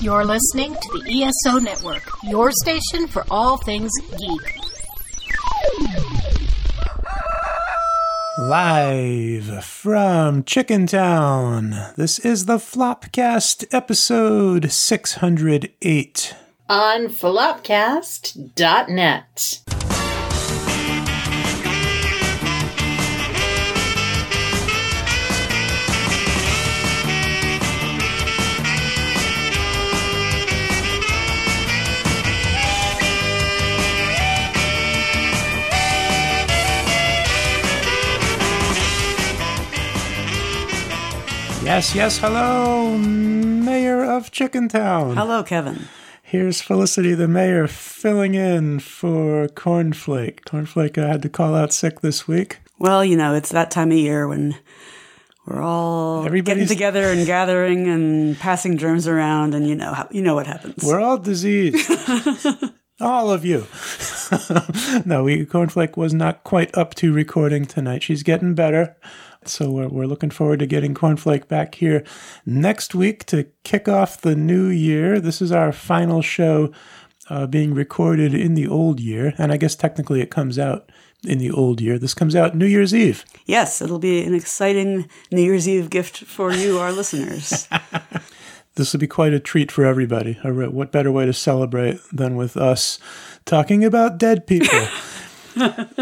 You're listening to the ESO Network, your station for all things geek. Live from Chicken Town, this is the Flopcast episode 608. on flopcast.net. Yes, yes, hello, Mayor of Chicken Town. Hello, Kevin. Here's Felicity, the mayor, filling in for Cornflake. Cornflake uh, had to call out sick this week. Well, you know, it's that time of year when we're all Everybody's- getting together and gathering and passing germs around, and you know, how, you know what happens. We're all diseased. all of you. no, we Cornflake was not quite up to recording tonight. She's getting better. So we're, we're looking forward to getting Cornflake back here next week to kick off the new year. This is our final show uh, being recorded in the old year. And I guess technically it comes out in the old year. This comes out New Year's Eve. yes, it'll be an exciting New Year's Eve gift for you, our listeners. this will be quite a treat for everybody. I wrote, What better way to celebrate than with us talking about dead people?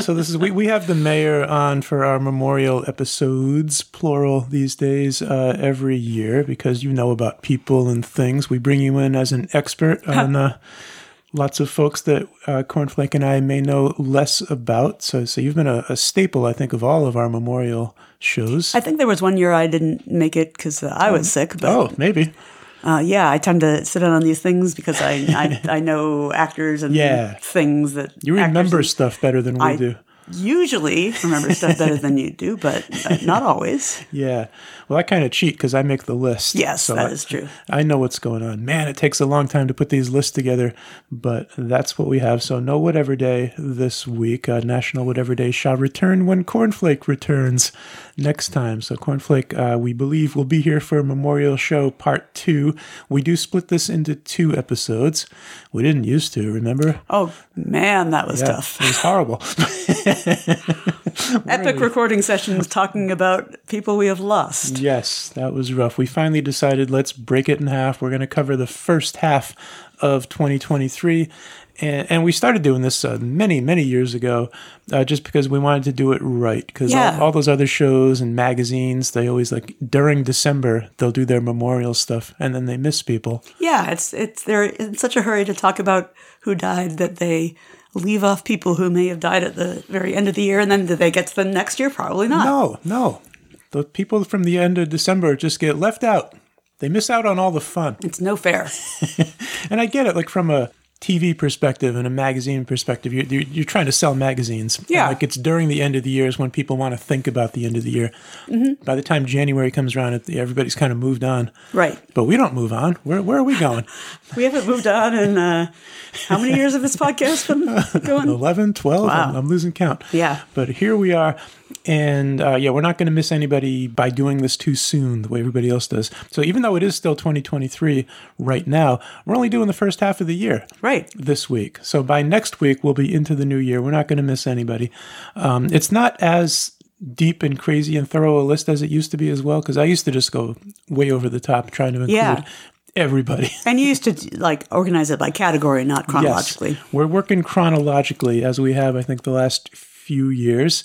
so this is we, we have the mayor on for our memorial episodes plural these days uh, every year because you know about people and things we bring you in as an expert on uh, lots of folks that uh, cornflake and i may know less about so so you've been a, a staple i think of all of our memorial shows I think there was one year I didn't make it because uh, I was sick, but oh maybe uh, yeah, I tend to sit in on these things because I I, I know actors and Yeah. things that you actors remember and- stuff better than we I do Usually remember stuff better than you do, but uh, not always. Yeah. Well, I kind of cheat because I make the list. Yes, that I- is true. I know what's going on. Man, it takes a long time to put these lists together, but that's what we have. So, no Whatever Day this week. Uh, National Whatever Day shall return when Cornflake returns next time. So, Cornflake, uh, we believe, will be here for Memorial Show Part 2. We do split this into two episodes. We didn't used to, remember? Oh man, that was Yeah, tough. It was horrible. epic recording sessions talking about people we have lost. Yes, that was rough. We finally decided let's break it in half. We're going to cover the first half of 2023. And, and we started doing this uh, many, many years ago uh, just because we wanted to do it right. Because Yeah. all, all those other shows and magazines, they always like during December, they'll do their memorial stuff and then they miss people. Yeah, it's it's they're in such a hurry to talk about who died that they leave off people who may have died at the very end of the year, and then do they get to them next year? Probably not. No, no. The people from the end of December just get left out. They miss out on all the fun. It's no fair. And I get it, like from a TV perspective and a magazine perspective, you're, you're, you're trying to sell magazines. And, Yeah. like it's during the end of the year is when people want to think about the end of the year. Mm-hmm. By the time January comes around, it- everybody's kind of moved on. Right. But we don't move on. Where, where are we going? We haven't moved on in uh, how many years of this podcast been going? 11, 12? I'm, Wow. I'm losing count. Yeah. But here we are. And uh, yeah, we're not going to miss anybody by doing this too soon the way everybody else does. So even though it is still 2023 right now, we're only doing the first half of the year. Right. this week. So by next week, we'll be into the new year. We're not going to miss anybody. Um, it's not as deep and crazy and thorough a list as it used to be as well, because I used to just go way over the top trying to include Yeah. everybody. And you used to like organize it by category, not chronologically. Yes. We're working chronologically as we have, I think, the last few years.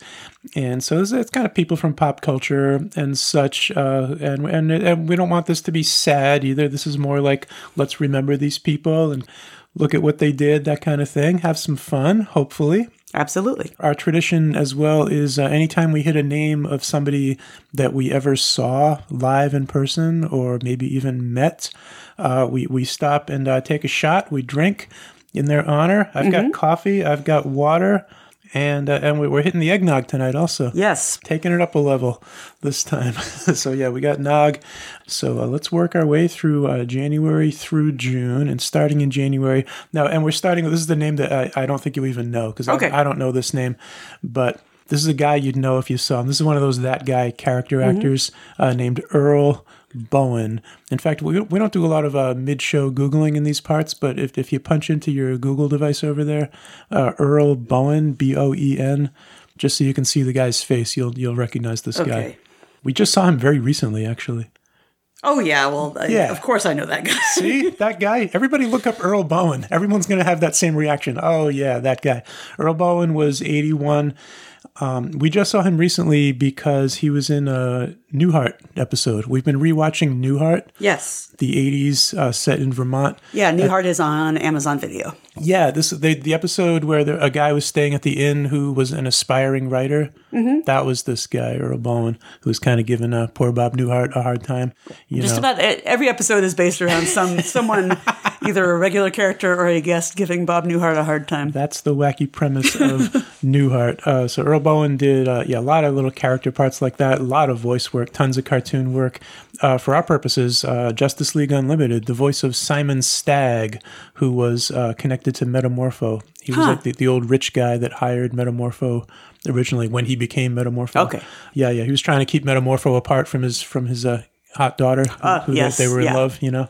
And so it's, it's kind of people from pop culture and such. Uh, and, and, and we don't want this to be sad either. This is more like, let's remember these people and look at what they did, that kind of thing. Have some fun, hopefully Absolutely. our tradition as well is uh, anytime we hit a name of somebody that we ever saw live in person or maybe even met, uh, we, we stop and uh, take a shot. We drink in their honor. I've got coffee, I've got water, and, uh, and we, we're hitting the eggnog tonight also. Yes. Taking it up a level this time. so, yeah, we got Nog. So, uh, let's work our way through uh, January through June and starting in January. Now, and we're starting, this is the name that I, I don't think you even know because Okay. I, I don't know this name, but this is a guy you'd know if you saw him. This is one of those that guy character actors uh, named Earl Bowen. In fact, we, we don't do a lot of uh, mid show Googling in these parts, but if, if you punch into your Google device over there, uh, Earl Bowen, B O E N, just so you can see the guy's face, you'll, you'll recognize this guy. Okay. We just saw him very recently, actually. Oh yeah, well, I, Yeah. of course I know that guy. See that guy? Everybody look up Earl Bowen. Everyone's going to have that same reaction. Oh yeah, that guy. Earl Bowen was 81. Um, we just saw him recently because he was in a Newhart episode. We've been rewatching Newhart, yes. the 80s uh, set in Vermont. Yeah, Newhart is on Amazon Video. Yeah, this they, the episode where the, a guy was staying at the inn who was an aspiring writer. Mm-hmm. That was this guy Earl Bowen who was kind of giving uh, poor Bob Newhart a hard time. You Just know. about e- every episode is based around some someone, either a regular character or a guest, giving Bob Newhart a hard time. That's the wacky premise of Newhart. Uh, so Earl Bowen did uh, yeah a lot of little character parts like that, a lot of voice work, tons of cartoon work. Uh, for our purposes, uh, Justice League Unlimited, the voice of Simon Stagg, who was uh, connected to Metamorpho. He was like the, the old rich guy that hired Metamorpho originally when he became Metamorpho. Okay. Yeah, yeah. He was trying to keep Metamorpho apart from his from his uh, hot daughter, who they- yes, they were in yeah. love of, you know,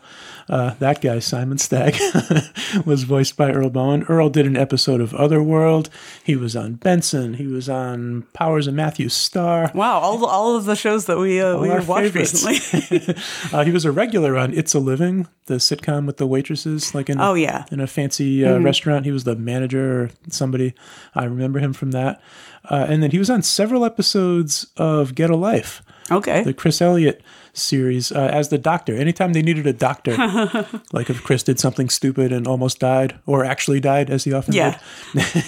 uh, that guy, Simon Stagg, was voiced by Earl Bowen. Earl did an episode of Otherworld. He was on Benson. He was on Powers and Matthew Star. Wow, all all of the shows that we uh, we our have watched favorites. recently. Uh, he was a regular on It's a Living, the sitcom with the waitresses, like in Oh, yeah. Mm-hmm. in a fancy uh, restaurant. He was the manager or somebody. I remember him from that. Uh, and then he was on several episodes of Get a Life. okay. the Chris Elliott series uh, as the doctor. Anytime they needed a doctor, like if Chris did something stupid and almost died, or actually died, as he often Yeah.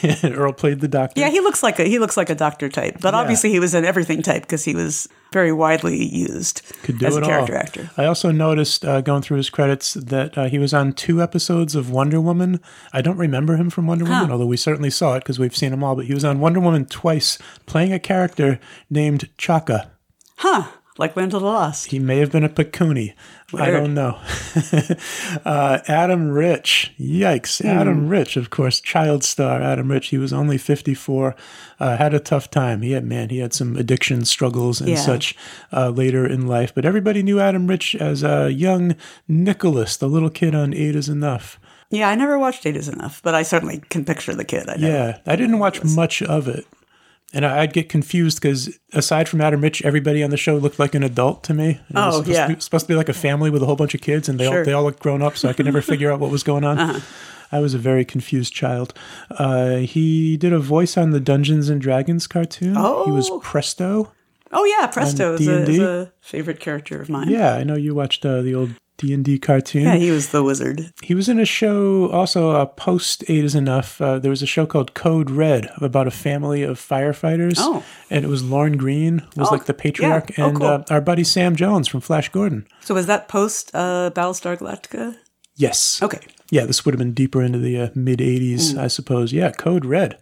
did, Earl played the doctor. yeah, he looks like a he looks like a doctor type, but obviously he was an everything type because he was very widely used could do as it a character all. actor. I also noticed uh, going through his credits that uh, he was on two episodes of Wonder Woman. I don't remember him from Wonder Woman, although we certainly saw it because we've seen him all. But he was on Wonder Woman twice, playing a character named Chaka. Huh? Like Land of the Lost. He may have been a Picuni. I Weird. don't know. uh, Adam Rich. Yikes. Adam Rich, of course, child star Adam Rich. He was only 54, uh, had a tough time. He had, man, he had some addiction struggles and Yeah. such uh, later in life. But everybody knew Adam Rich as a young Nicholas, the little kid on Eight is Enough. Yeah, I never watched Eight Is Enough, but I certainly can picture the kid. I know. Yeah. I didn't watch much of it. And I- I'd get confused because aside from Adam Rich, everybody on the show looked like an adult to me. And it was Oh, supposed yeah. To be, supposed to be like a family with a whole bunch of kids, and they all Sure. Uh-huh. they all looked grown up, so I could never figure out what was going on. I was a very confused child. Uh, he did a voice on the Dungeons and Dragons cartoon. He was Oh. Presto. Oh yeah, Presto And is a, is D&D? a favorite character of mine. Yeah, I know you watched uh, the old D and D cartoon. Yeah, he was the wizard. He was in a show also uh, post Eight is Enough. Uh, there was a show called Code Red about a family of firefighters. Oh. And it was Lauren Green was Oh, like the patriarch yeah. Oh, and cool. uh, our buddy Sam Jones from Flash Gordon. So was that post uh, Battlestar Galactica? Yes. Okay. Hmm. Yeah, this would have been deeper into the uh, mid 80s, I suppose. Yeah, Code Red.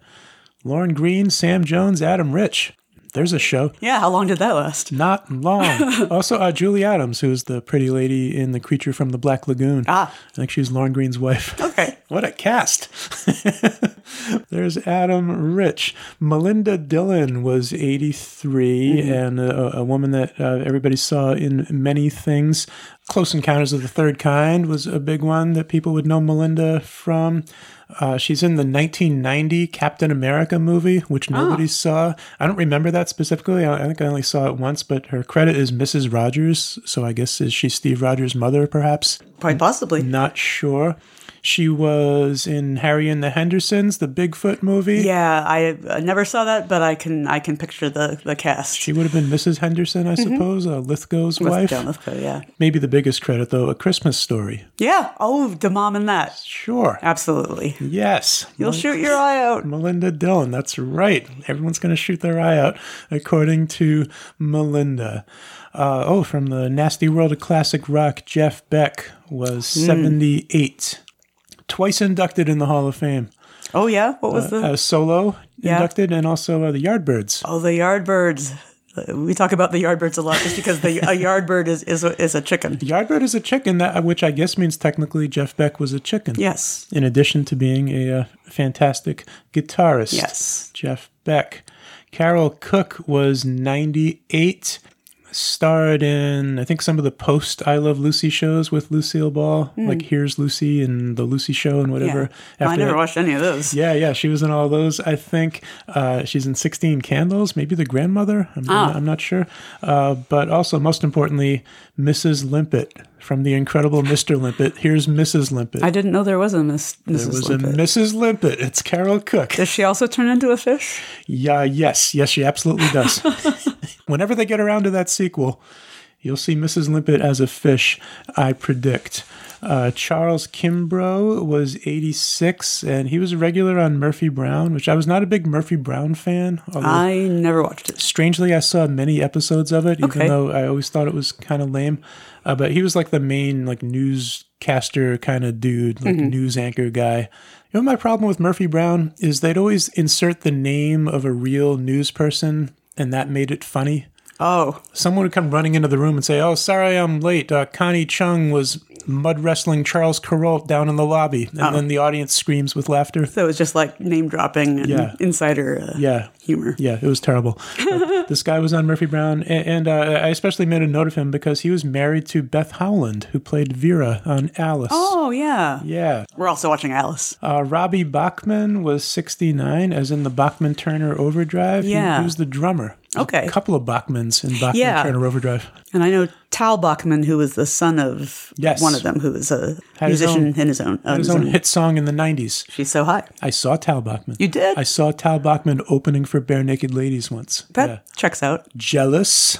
Lauren Green, Sam Jones, Adam Rich. There's a show. Yeah, how long did that last? Not long. also, uh, Julie Adams, who is the pretty lady in The Creature from the Black Lagoon. Ah. I think she's Lauren Green's wife. Okay. What a cast. There's Adam Rich. Melinda Dillon was 83 and a, a woman that uh, everybody saw in many things. Close Encounters of the Third Kind was a big one that people would know Melinda from. Uh, she's in the 1990 Captain America movie, which nobody saw. I don't remember that specifically. I, I think I only saw it once, but her credit is Mrs. Rogers. So I guess is she Steve Rogers' mother, perhaps? Quite possibly. Not sure. She was in Harry and the Hendersons, the Bigfoot movie. Yeah, I uh, never saw that, but I can I can picture the the cast. She would have been Mrs. Henderson, I suppose, uh, Lithgow's Mm-hmm. with wife. John Lithgow, yeah. Maybe the biggest credit, though, A Christmas Story. Yeah. Oh, the mom in that. Sure. Absolutely. Yes. You'll shoot your eye out. Melinda Dillon. That's right. Everyone's going to shoot their eye out, according to Melinda. Uh, oh, from the nasty world of classic rock, Jeff Beck was Hmm. 78, twice inducted in the Hall of Fame. Oh yeah. What was the Uh, solo Yeah. inducted, and also uh, the Yardbirds. Oh, the Yardbirds. Uh, We talk about the Yardbirds a lot just because the, a Yardbird is is a, is a chicken. Yardbird is a chicken, that which I guess means technically Jeff Beck was a chicken. Yes. In addition to being a uh, fantastic guitarist. Yes. Jeff Beck. Carol Cook was 98. starred in I think some of the post I Love Lucy shows with Lucille Ball, like Here's Lucy and the Lucy Show and whatever. Hmm. I never that. watched any of those. Yeah, yeah, she was in all those. I think uh, she's in Sixteen Candles, maybe the grandmother. I'm, Ah. I'm, I'm not sure. Uh, but also, most importantly, Mrs. Limpet from the incredible Mr. Limpet. Here's Mrs. Limpet. I didn't know there was a Miss Mrs. there was Limpet. a Mrs. Limpet. It's Carol Cook. Does she also turn into a fish? Yeah, yes, yes, she absolutely does. Whenever they get around to that sequel, you'll see Mrs. Limpet as a fish, I predict. Uh, Charles Kimbrough was 86, and he was a regular on Murphy Brown, which I was not a big Murphy Brown fan. Although I never watched it. strangely, I saw many episodes of it, even Okay. though I always thought it was kind of lame. Uh, but he was like the main like newscaster kind of dude, like news anchor guy. You know, my problem with Murphy Brown is they'd always insert the name of a real news person, and that made it funny Oh, someone would come running into the room and say, "Oh, sorry, I'm late. Uh, Connie Chung was mud wrestling Charles Carroll down in the lobby," and then the audience screams with laughter. so it was just like name dropping and Yeah. insider uh, Yeah, humor. yeah, it was terrible. Uh, this guy was on Murphy Brown, and, and uh, I especially made a note of him because he was married to Beth Howland, who played Vera on Alice. Oh yeah. Yeah. We're also watching Alice. Uh, Robbie Bachman was 69, as in the Bachman Turner Overdrive. He- He, Yeah. was the drummer. There's Okay. A couple of Bachmans in Bachman Yeah. Turner Overdrive. And I know Tal Bachman, who was the son of Yes. one of them, who was a Had his musician own- in his own. on His his own own. hit song in the 90s. She's so high. I saw Tal Bachman. You did? I saw Tal Bachman opening for Bare Naked Ladies once. That Yeah. checks out. Jealous.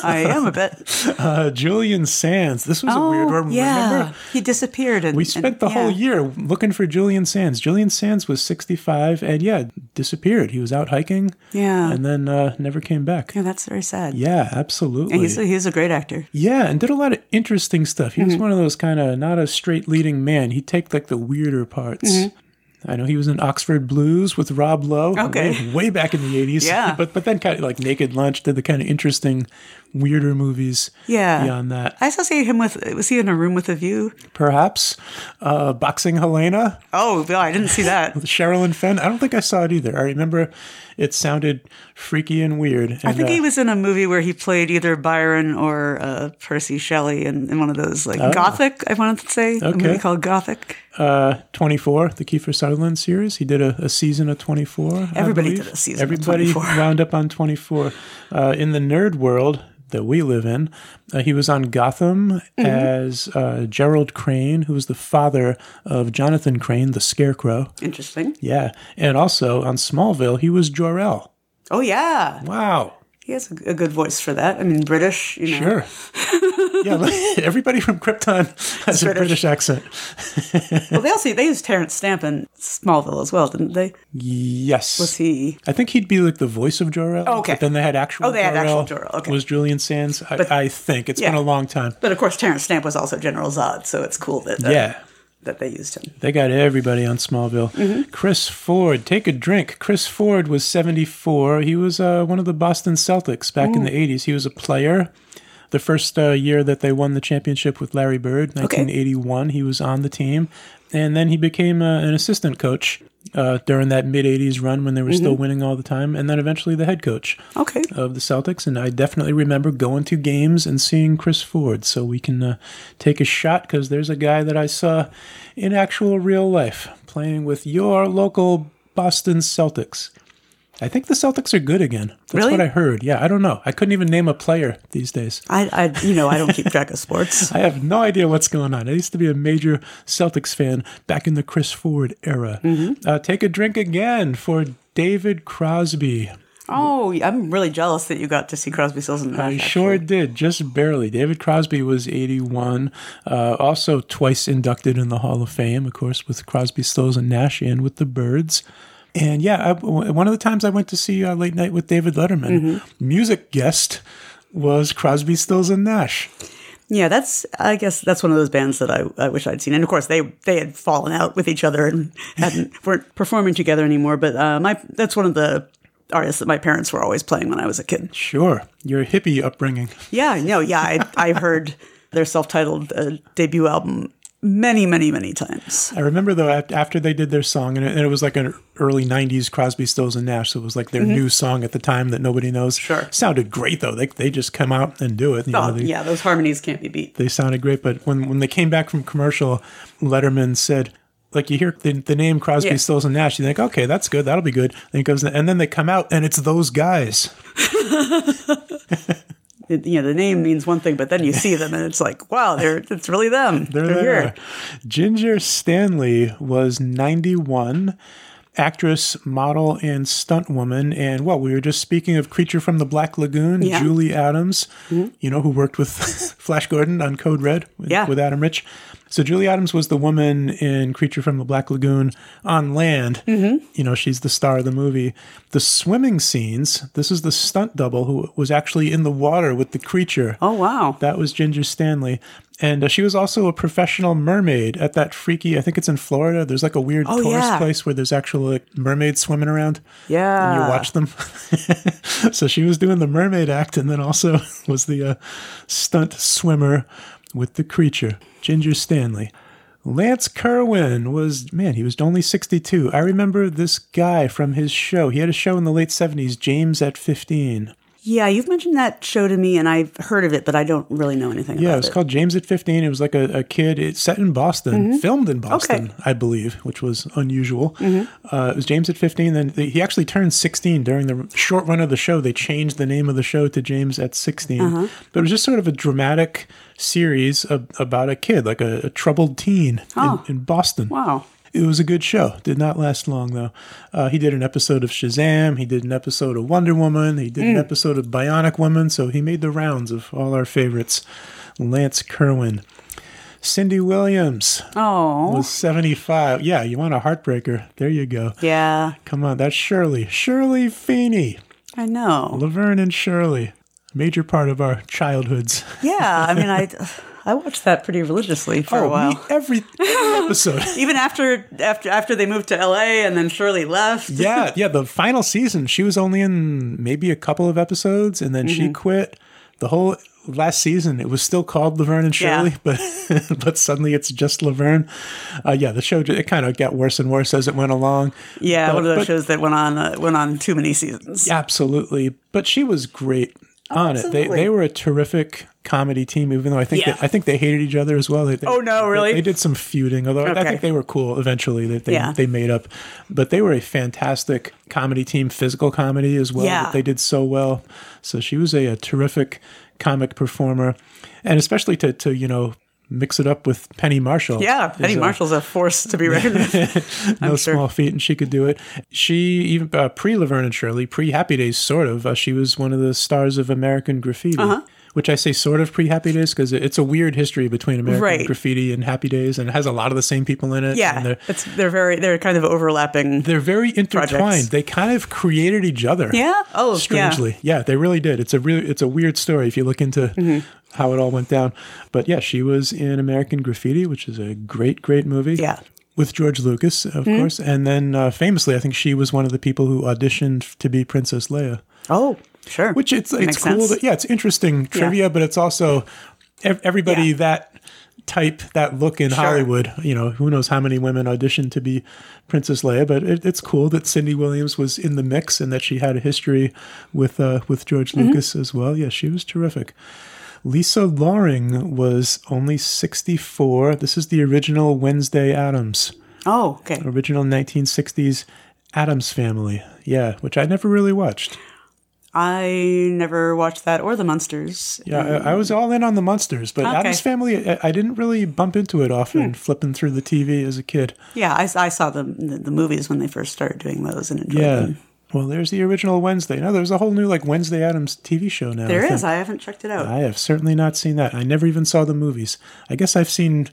I am a bit. Uh, Julian Sands. This was a weird one. Oh, yeah. Remember? He disappeared. And, We spent and- the whole yeah. year looking for Julian Sands. Julian Sands was 65 and, yeah, disappeared. He was out hiking Yeah. and then uh, never came back. Oh. yeah, that's very sad. Yeah, absolutely. And he's, he's a Mm-hmm. great actor. Yeah, and did a lot of interesting stuff. He was one of those kind of not a straight leading man. He'd take like the weirder parts. I know he was in Oxford Blues with Rob Lowe. Mm-hmm. Okay. Way, way back in the 80s. Yeah. But, but then kind of like Naked Lunch did the kind of interesting, weirder movies Yeah. beyond that. I associate him with, was he in a room with a view? Perhaps uh, Boxing Helena, Oh, no, I didn't see that. Cheryl and Fenn. I don't think I saw it either. I remember it sounded freaky and weird. I and, think uh, he was in a movie where he played either Byron or uh, Percy Shelley in, in one of those, like Gothic, I wanted to say. A Ah. Okay. movie called Gothic. uh, 24, the Kiefer Sutherland series. He did a, a season of 24. I Everybody believe. did a season of Everybody 24. wound up on 24. Uh, in the nerd world that we live in, uh, he was on Gotham Mm-hmm. as uh, Gerald Crane, who was the father of Jonathan Crane, the Scarecrow. Interesting. Yeah. And also on Smallville, he was Jor-El. Oh, yeah. Wow. He has a, a good voice for that. I mean, British, you know. Sure. yeah, everybody from Krypton has a British. British accent. Well, they also they used Terrence Stamp in Smallville as well, didn't they? Yes. Was he? I think he'd be like the voice of Jor-El. Oh, okay. But then they had actual. Oh, they had actual Jor-El. Jor-El, okay. Was Julian Sands? I, I think it's yeah. been a long time. But of course, Terrence Stamp was also General Zod, so it's cool that uh, Yeah, that they used him. they got everybody on Smallville. Chris Ford, take a drink. Chris Ford was seventy-four. He was uh, one of the Boston Celtics back in the eighties. He was a player. The first uh, year that they won the championship with Larry Bird, nineteen eighty-one, he was on the team, and then he became uh, an assistant coach. Uh, during that mid 80s run when they were still winning all the time, and then eventually the head coach. Okay, of the Celtics, and I definitely remember going to games and seeing Chris Ford. So we can uh, take a shot because there's a guy that I saw in actual real life playing with your local Boston Celtics. I think the Celtics are good again. That's Really? what I heard. Yeah, I don't know. I couldn't even name a player these days. I, I you know I don't keep track of sports. I have no idea what's going on. I used to be a major Celtics fan back in the Chris Ford era. Uh, take a drink again for David Crosby. Oh, I'm really jealous that you got to see Crosby, Stills and Nash. I sure actually. did, just barely. David Crosby was 81, uh, also twice inducted in the Hall of Fame, of course, with Crosby, Stills, and Nash, and with the Birds. And yeah, I, w- one of the times I went to see uh, Late Night with David Letterman, Mm-hmm. music guest was Crosby, Stills, and Nash. Yeah, that's I guess that's one of those bands that I, I wish I'd seen. And of course, they they had fallen out with each other and hadn't weren't performing together anymore. But uh, my that's one of the artists that my parents were always playing when I was a kid. Sure, your hippie upbringing. Yeah, no, yeah, I, I heard their self-titled uh, debut album many, many, many times. I remember though af- after they did their song, and it, and it was like an early '90s Crosby, Stills and Nash. So it was like their new song at the time that nobody knows. Mm-hmm. Sure. sounded great though. They they just come out and do it. you know, Oh, they- yeah, those harmonies can't be beat. they sounded great. But when when they came back from commercial, Letterman said, like you hear the, the name Crosby, Yeah. Stills and Nash, you think, okay, that's good, that'll be good. And it goes, and then they come out, and it's those guys. It- you know, the name means one thing, but then you see them and it's like, wow, they're it's really them. There they are. Ginger Stanley was ninety one. Actress, model, and stunt woman. And well, we were just speaking of Creature from the Black Lagoon, Yeah. Mm-hmm. Julie Adams, you know, who worked with Flash Gordon on Code Red with, Yeah. with Adam Rich. So Julie Adams was the woman in Creature from the Black Lagoon on land. Mm-hmm. You know, she's the star of the movie. The swimming scenes, this is the stunt double who was actually in the water with the creature. Oh wow. That was Ginger Stanley. And uh, she was also a professional mermaid at that freaky, I think it's in Florida. There's like a weird Oh, tourist yeah. place where there's actual like, mermaids swimming around. Yeah. And you watch them. so she was doing the mermaid act and then also was the uh, stunt swimmer with the creature, Ginger Stanley. Lance Kerwin was, man, he was only 62. I remember this guy from his show. He had a show in the late 70s, James at 15. Yeah, you've mentioned that show to me and I've heard of it, but I don't really know anything Yeah, it about was it. called James at 15. It was like a, a kid. It's set in Boston, Mm-hmm. filmed in Boston, I believe, which was unusual. Mm-hmm. Uh, it was James at 15. Then they, he actually turned 16 during the r- short run of the show. They changed the name of the show to James at 16. Uh-huh. But it was just sort of a dramatic series of, about a kid, like a, a troubled teen Oh. in, in Boston. Wow. It was a good show. Did not last long though. Uh, he did an episode of Shazam. He did an episode of Wonder Woman. He did an Mm. episode of Bionic Woman. So he made the rounds of all our favorites. Lance Kerwin, Cindy Williams Oh. was seventy-five. Yeah, you want a heartbreaker? There you go. Yeah. Come on, that's Shirley. Shirley Feeney, I know. Laverne and Shirley, major part of our childhoods. Yeah. I mean I I watched that pretty religiously for a while. me- Oh, every, every episode. Even after after after they moved to LA and then Shirley left. yeah, yeah. The final season, she was only in maybe a couple of episodes, and then she quit. The whole last season, it was still called Laverne and Yeah. Shirley, but but suddenly it's just Laverne. Uh, yeah, the show ju- it kind of got worse and worse as it went along. Yeah, But- one of those but- shows that went on uh, went on too many seasons. Absolutely, but she was great on it. They Absolutely. they were a terrific comedy team, even though I think Yeah. that, I think they hated each other as well. They, they- Oh, no, they- really? They, did some feuding, although I Okay. think they were cool eventually. That they Yeah. they made up, but they were a fantastic comedy team, physical comedy as well. Yeah. that they did so well. So she was a, a terrific comic performer, and especially to to you know. Mix it up with Penny Marshall. Yeah, is, Penny uh, Marshall's a force to be reckoned with. no sure. small feat, and she could do it. She even uh, pre Laverne and Shirley, pre Happy Days, sort of. Uh, she was one of the stars of American Graffiti, Uh-huh. which I say sort of pre Happy Days because it's a weird history between American Right. Graffiti and Happy Days, and it has a lot of the same people in it. Yeah, and they're, it's they're very they're kind of overlapping. they're very intertwined. Mm-hmm. Projects. They kind of created each other. Yeah? Oh, yeah. strangely, yeah. they really did. It's a really it's a weird story if you look into Mm-hmm. how it all went down. But yeah, she was in American Graffiti, which is a great, great movie. Yeah. Mm-hmm. with George Lucas, of course, and then uh, famously, I think she was one of the people who auditioned to be Princess Leia. Oh, sure. Which it's it's Makes cool. sense. That, yeah, it's interesting trivia, but it's also ev- everybody Yeah. that type that look in Sure. Hollywood. You know, who knows how many women auditioned to be Princess Leia, but it, it's cool that Cindy Williams was in the mix and that she had a history with uh, with George Mm-hmm. Lucas as well. Yeah, she was terrific. Lisa Loring was only 64. This is the original Wednesday Adams Oh, okay. original 1960s Adams Family. Yeah, which I never really watched. I never watched that or The Munsters. Yeah, I, I was all in on the monsters, but Okay. Hmm. Adams Family, I, I didn't really bump into it often, flipping through the TV as a kid. Yeah, I, I saw the, the the movies when they first started doing those and enjoyed Yeah. them. uh, Well, there's the original Wednesday. Now there's a whole new like Wednesday Adams TV show now. There I is. think. I haven't checked it out. I have certainly not seen that. I never even saw the movies. I guess I've seen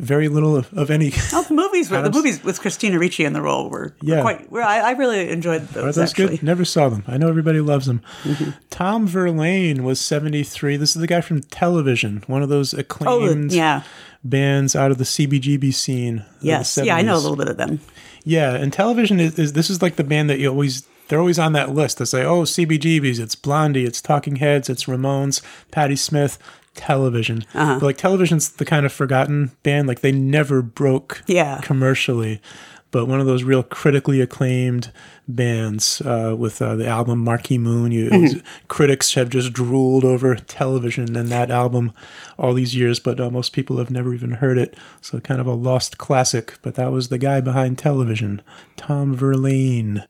very little of, of any. Oh, the movies were, the Adams- movies with Christina Ricci in the role were, were Yeah. quite. Were, I, I really enjoyed those. Are those actually. good? Never saw them. I know everybody loves them. Mm-hmm. Tom Verlaine was 73. This is the guy from Television, one of those Oh, acclaimed yeah, bands out of the CBGB scene. of the yes, yeah. I know a 70s. little bit of them. Yeah, and Television is, is this is like the band that you always they're always on that list. They say, oh, CBGBs, it's Blondie, it's Talking Heads, it's Ramones, Patti Smith. television. But, like television's the kind of forgotten band. Like they never broke Yeah. commercially, but one of those real critically acclaimed bands uh, with uh, the album Marquee Moon. You, Mm-hmm. Critics have just drooled over television and that album all these years, but uh, most people have never even heard it. So kind of a lost classic. But that was the guy behind television, Tom Verlaine.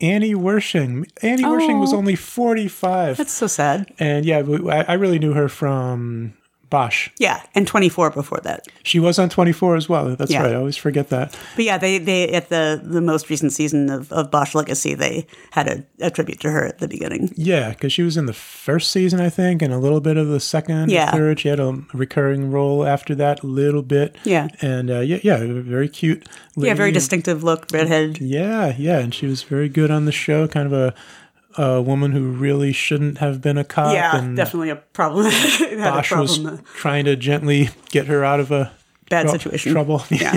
Annie Wershing. Annie Wershing was Oh. only 45. That's so sad. And yeah, we- I I really knew her from Bosch. Yeah, and 24 before that. She was on 24 as well. That's Yeah. right. I always forget that. But yeah, they, they at the, the most recent season of, of Bosch Legacy, they had a, a tribute to her at the beginning. Yeah, because she was in the first season, I think, and a little bit of the second, Yeah. yeah. third. She had a recurring role after that, a little bit. Yeah. And uh, yeah, yeah, very cute. Yeah, very lady. distinctive look, redhead. Yeah, yeah, and she was very good on the show. Kind of a, a woman who really shouldn't have been a cop. Yeah, and definitely a problem. It had a Bosch was problem. trying to gently get her out of a Bad trou- situation. trouble. Yeah.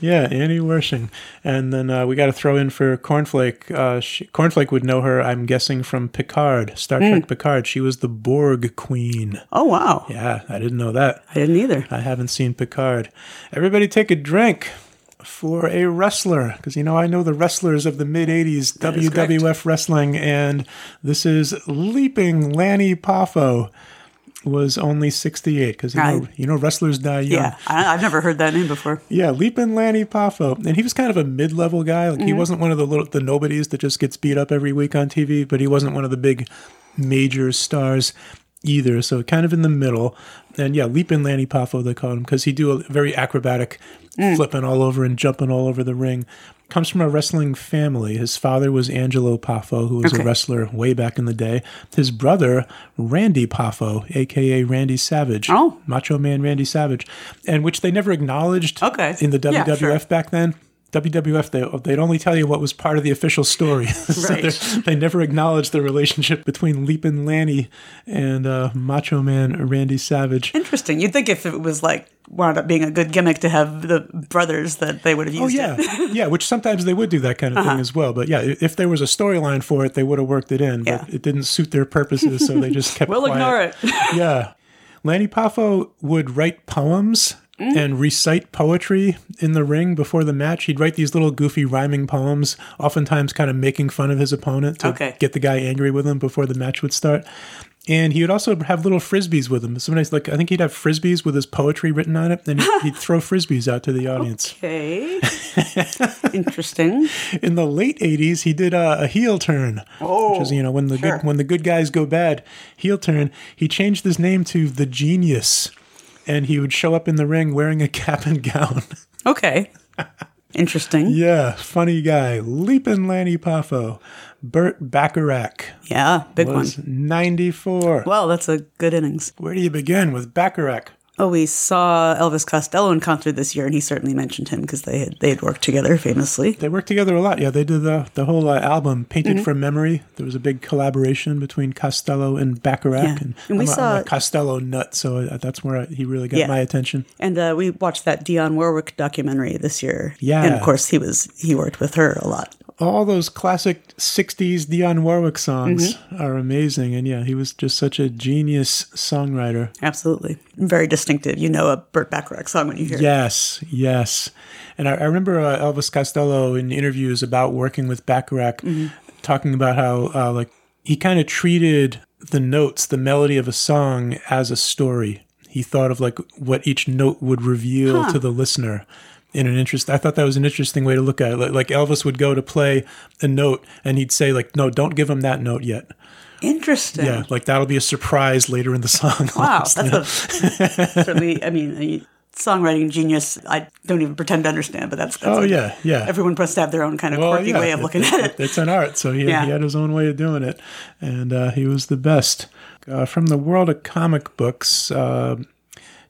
Yeah, Annie Wershing. And then uh, we got to throw in for Cornflake. Uh, she, Cornflake would know her, I'm guessing, from Picard, Star Hmm. Trek Picard. She was the Borg Queen. Oh, wow. Yeah, I didn't know that. I didn't either. I haven't seen Picard. Everybody take a drink for a wrestler because you know I know the wrestlers of the mid 80s is correct. WWF wrestling and this is leaping Lanny Poffo was only 68 because you, know, Right. you know wrestlers die young. Yeah, I, I've never heard that name before. Yeah, Leapin' Lanny Poffo. And he was kind of a mid level guy. Like Mm-hmm. he wasn't one of the little the nobodies that just gets beat up every week on TV, but he wasn't one of the big major stars either. So kind of in the middle. And yeah, Leapin' Lanny Poffo they called him because he do a very acrobatic Mm. flipping all over and jumping all over the ring. Comes from a wrestling family. His father was Angelo Poffo, who was Okay. a wrestler way back in the day. His brother, Randy Poffo, aka Randy Savage. Oh. Macho Man Randy Savage, and which they never acknowledged Okay. in the Yeah, WWF back then. WWF, they, they'd only tell you what was part of the official story. so Right. they're- they never acknowledged the relationship between Leapin' Lanny and uh, Macho Man Randy Savage. Interesting. You'd think if it was like wound up being a good gimmick to have the brothers that they would have Oh, used yeah. it. yeah, which sometimes they would do that kind of Uh-huh. thing as well. But yeah, i- if there was a storyline for it, they would have worked it in. But Yeah. it didn't suit their purposes, so they just kept We'll quiet. ignore it. yeah. Lanny Poffo would write poems and recite poetry in the ring before the match. He'd write these little goofy rhyming poems, oftentimes kind of making fun of his opponent to Okay. get the guy angry with him before the match would start. And he would also have little frisbees with him. Sometimes, like I think he'd have frisbees with his poetry written on it, and he'd, he'd throw frisbees out to the audience. Okay. Interesting. In the late '80s, he did a, a heel turn, which is you know when the Oh, sure. good when the good guys go bad, heel turn. He changed his name to the Genius, and he would show up in the ring wearing a cap and gown. Okay. Interesting. Yeah. yeah, funny guy, leaping Lanny Poffo, Burt Bacharach big was one. 94. Wow, that's a good innings. Where do you begin with Bacharach? Oh, we saw Elvis Costello in concert this year, and he certainly mentioned him because they had they had worked together famously. They worked together a lot. Yeah, they did the the whole uh, album Painted Mm-hmm. from Memory. There was a big collaboration between Costello and Bacharach. Yeah. And, And we I'm, a- I'm saw- a Costello nut, so uh, that's where I, he really got Yeah. my attention. And uh, we watched that Dionne Warwick documentary this year. Yeah. and of course he was he worked with her a lot. All those classic '60s Dionne Warwick songs Mm-hmm. are amazing, and yeah, he was just such a genius songwriter. Absolutely, very distinctive. You know a Burt Bacharach song when you hear it. Yes, yes. And I, I remember uh, Elvis Costello in interviews about working with Bacharach talking about how, uh, like, he kind of treated the notes, the melody of a song, as a story. He thought of, like, what each note would reveal to the listener. In an interest, I thought that was an interesting way to look at it. Like, like Elvis would go to play a note, and he'd say, "Like, no, don't give him that note yet. Interesting. Yeah, like that'll be a surprise later in the song." Wow, that's a, certainly. I mean, a songwriting genius. I don't even pretend to understand, but that's, that's Oh a- yeah, yeah. Everyone must have their own kind of quirky way of it- looking at it. It's an art, so he, Yeah. he had his own way of doing it, and uh, he was the best. Uh, from the world of comic books, uh,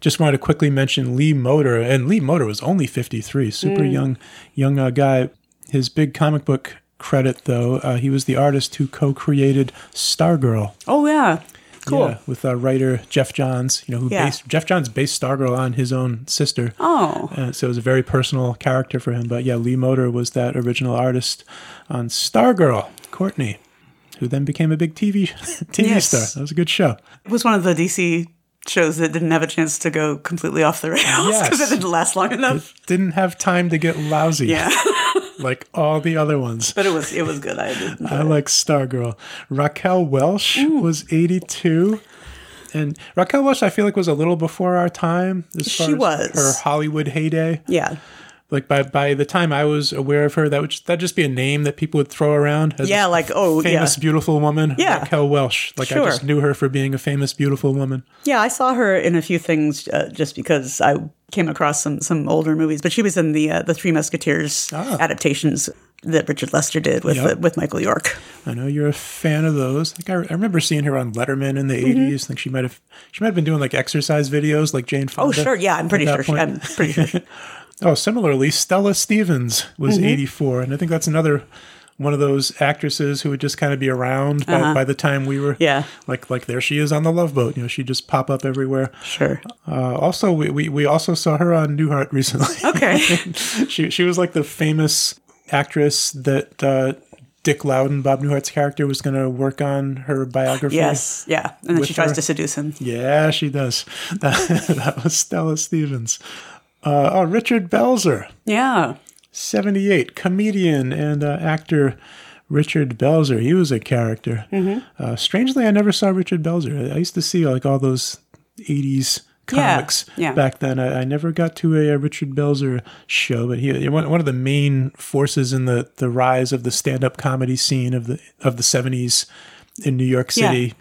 just wanted to quickly mention Lee Motor, and Lee Motor was only fifty three, Hmm. super young, young uh, guy. His big comic book credit, though, uh, he was the artist who co-created Stargirl. Oh yeah, cool. Yeah, with uh, writer Jeff Johns, you know, who Yeah. based Jeff Johns based Stargirl on his own sister. Oh, Uh, so it was a very personal character for him. But yeah, Lee Motor was that original artist on Stargirl, Courtney, who then became a big TV TV Yes. star. That was a good show. it was one of the DC shows that didn't have a chance to go completely off the rails because Yes. it didn't last long enough. Didn't have time to get lousy Yeah, like all the other ones. but it was it was good. I did. enjoy I it. like Stargirl. Raquel Welch was 82. And Raquel Welch, I feel like, was a little before our time as far She as was. her Hollywood heyday. Yeah, Like by by the time I was aware of her, that would that just be a name that people would throw around. As yeah, this like oh yeah, famous beautiful woman, Yeah. Raquel Welch. Like I Sure. just knew her for being a famous beautiful woman. yeah. I saw her in a few things uh, just because I came across some some older movies, but she was in the uh, the Three Musketeers adaptations that Richard Lester did with Ah. Yep. uh, with Michael York. I know you're a fan of those. Like I, I remember seeing her on Letterman in the Mm-hmm. 80s. I think she might have she might have been doing like exercise videos, like Jane Oh Fonda. sure, yeah, I'm pretty at that sure. She, point. I'm pretty sure. she- Oh, similarly, Stella Stevens was Mm-hmm. 84, and I think that's another one of those actresses who would just kind of be around by, by the time we were. Uh-huh. Yeah. Like like there she is on the Love Boat. You know, she just pop up everywhere. Sure. Uh, also, we, we we also saw her on Newhart recently. Okay. she she was like the famous actress that. Uh, Dick Loudon, Bob Newhart's character, was going to work on her biography. Yes. Yeah. And then With she tries her- to seduce him. Yeah, she does. That, that was Stella Stevens. Uh, oh, Richard Belzer, Yeah. 78, comedian and uh, actor Richard Belzer. He was a character. Mm-hmm. Uh, strangely, I never saw Richard Belzer. I, I used to see like all those 80s Yeah, comics yeah. back then. I, I never got to a, uh Richard Belzer show, but he one, one of the main forces in the, the rise of the stand-up comedy scene of the of the 70s in New York Yeah. City.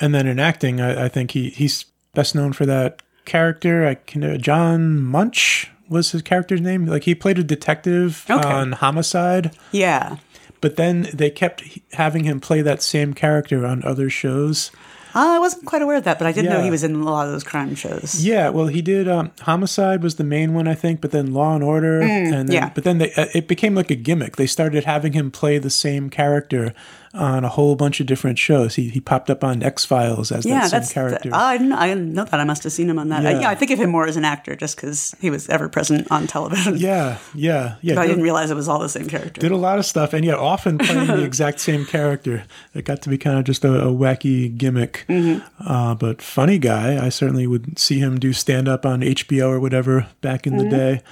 And then in acting, I, I think he, he's best known for that character. I can, uh, John Munch was his character's name. Like he played a detective Okay. on Homicide, Yeah. but then they kept h- having him play that same character on other shows. Uh, I wasn't quite aware of that, but I did know Yeah. he was in a lot of those crime shows. Yeah, well, he did. Um, Homicide was the main one, I think, but then Law and Order, and then, Mm, yeah. but then they, uh, it became like a gimmick. They started having him play the same character on a whole bunch of different shows. He, he popped up on X Files as Yeah, that same that's. character. th- I, didn't, I didn't know that. I must have seen him on that. I- Yeah. Yeah, I, think of him more as an actor just because he was ever present on television. yeah, yeah, yeah. But I Did- didn't realize it was all the same character. did a lot of stuff and yet often playing the exact same character it got to be kind of just a, a wacky gimmick uh, but funny guy i certainly would see him do stand up on hbo or whatever back in the day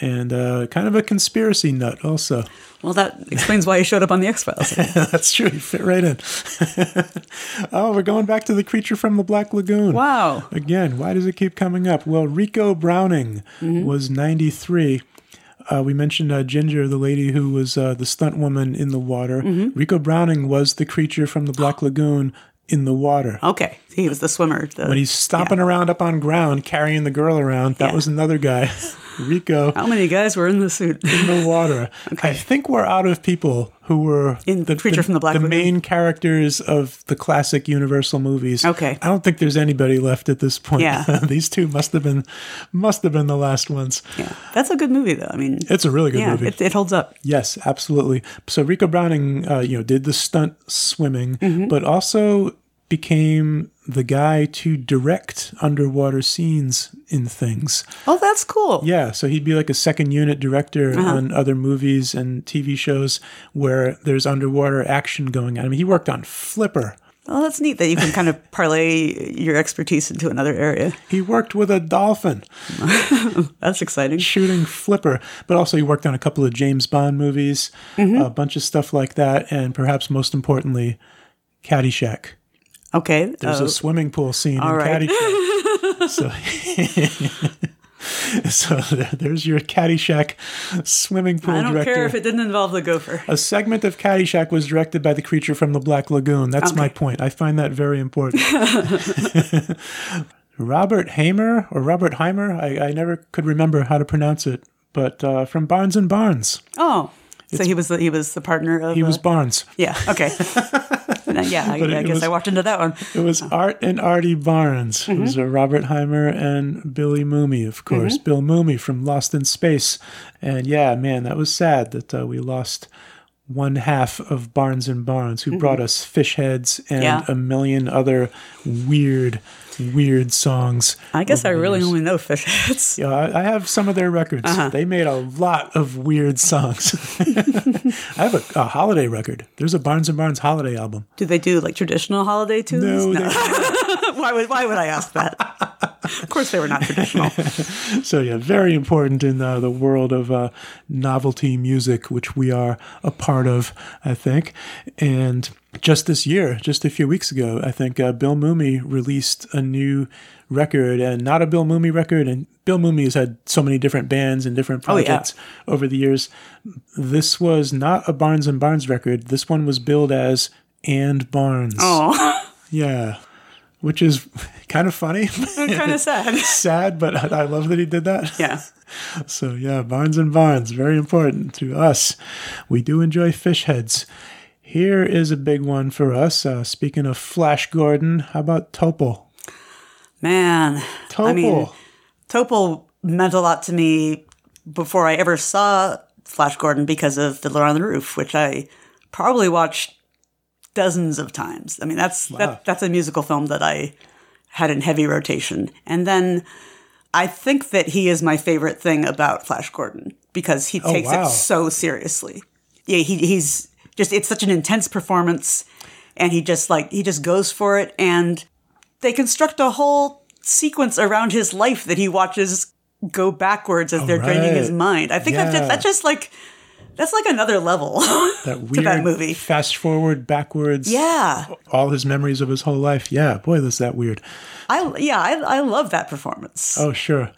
and uh, kind of a conspiracy nut also well, that explains why he showed up on The X Files. that's true he fit right in oh we're going back to the creature from the black lagoon wow. Again, why does it keep coming up? Well, Rico Browning was 93. Uh, we mentioned uh, Ginger, the lady who was uh, the stunt woman in the water. Rico Browning was the creature from the Black Lagoon in the water. Okay. He was the swimmer. The, When he's stomping around up on ground, carrying the girl around, that Yeah. was another guy, Rico, how many guys were in the suit? in the water. I think we're out of people who were In Creature from the Black Lagoon. main characters of the classic Universal movies. Okay. I don't think there's anybody left at this point. Yeah. These two must have been must have been the last ones. yeah. That's a good movie, though. I mean, It's a really good yeah, movie. It, it holds up. yes, absolutely. So Rico Browning, uh, you know, did the stunt swimming, Mm-hmm. but also became the guy to direct underwater scenes in things. Oh, that's cool. Yeah, so he'd be like a second unit director Uh-huh. on other movies and TV shows where there's underwater action going on. I mean, he worked on Flipper. Well, that's neat that you can kind of parlay your expertise into another area. He worked with a dolphin That's exciting. shooting Flipper, but also he worked on a couple of James Bond movies, Mm-hmm. a bunch of stuff like that, and perhaps most importantly, Caddyshack. Okay. There's oh, a swimming pool scene in right. Caddyshack. so, so there- there's your Caddyshack swimming pool I don't director. care if it didn't involve the gopher. A segment of Caddyshack was directed by the creature from the Black Lagoon. That's my point. I find that very important. Robert Hamer or Robert Heimer, I, I never could remember how to pronounce it, but uh, from Barnes and Barnes. Oh, so he was the, he was the partner of He was uh, Barnes. yeah okay yeah I, But I it guess was- I walked into that one. It was Oh. Art and Artie Barnes. It Mm-hmm. was uh, Robert Heimer and Billy Mooney, of course. Bill Mooney from Lost in Space. And yeah, man, that was sad that uh, we lost one half of Barnes and Barnes, who brought us fish heads and Mm-hmm. Yeah. a million other weird, weird songs. I guess I really only know fish heads. Oh, Yeah, I I have some of their records. Uh-huh. They made a lot of weird songs. I have a, a holiday record. There's a Barnes and Barnes holiday album. Do they do like traditional holiday tunes? No, they- why would why would I ask that? of course, they were not traditional. So yeah, very important in uh, the world of uh, novelty music, which we are a part of, I think. And just this year, just a few weeks ago, I think uh, Bill Mooney released a new record, and not a Bill Mooney record. And Bill Mooney has had so many different bands and different Oh, yeah. projects over the years. This was not a Barnes and Barnes record. This one was billed as and Barnes. Oh, Yeah. Which is kind of funny, kind of sad. sad, but I I love that he did that. Yeah. So yeah, Barnes and Barnes, very important to us. We do enjoy fish heads. Here is a big one for us. Uh, speaking of Flash Gordon, how about Topol? Man, Topol. I mean, Topol meant a lot to me before I ever saw Flash Gordon because of Fiddler on the Roof, which I probably watched dozens of times. I mean, that's that, that's a musical film that I had in heavy rotation. And then I think that he is my favorite thing about Flash Gordon because he takes wow. it so seriously. Yeah, he, he's just it's such an intense performance and he just like he just goes for it and they construct a whole sequence around his life that he watches go backwards as they're draining his Oh, right. mind. I think that Yeah. just, that's just like that's like another level. that weird to that movie. Fast forward, backwards. yeah. All his memories of his whole life. Yeah, boy, that's that weird. I yeah, I, I love that performance. Oh sure.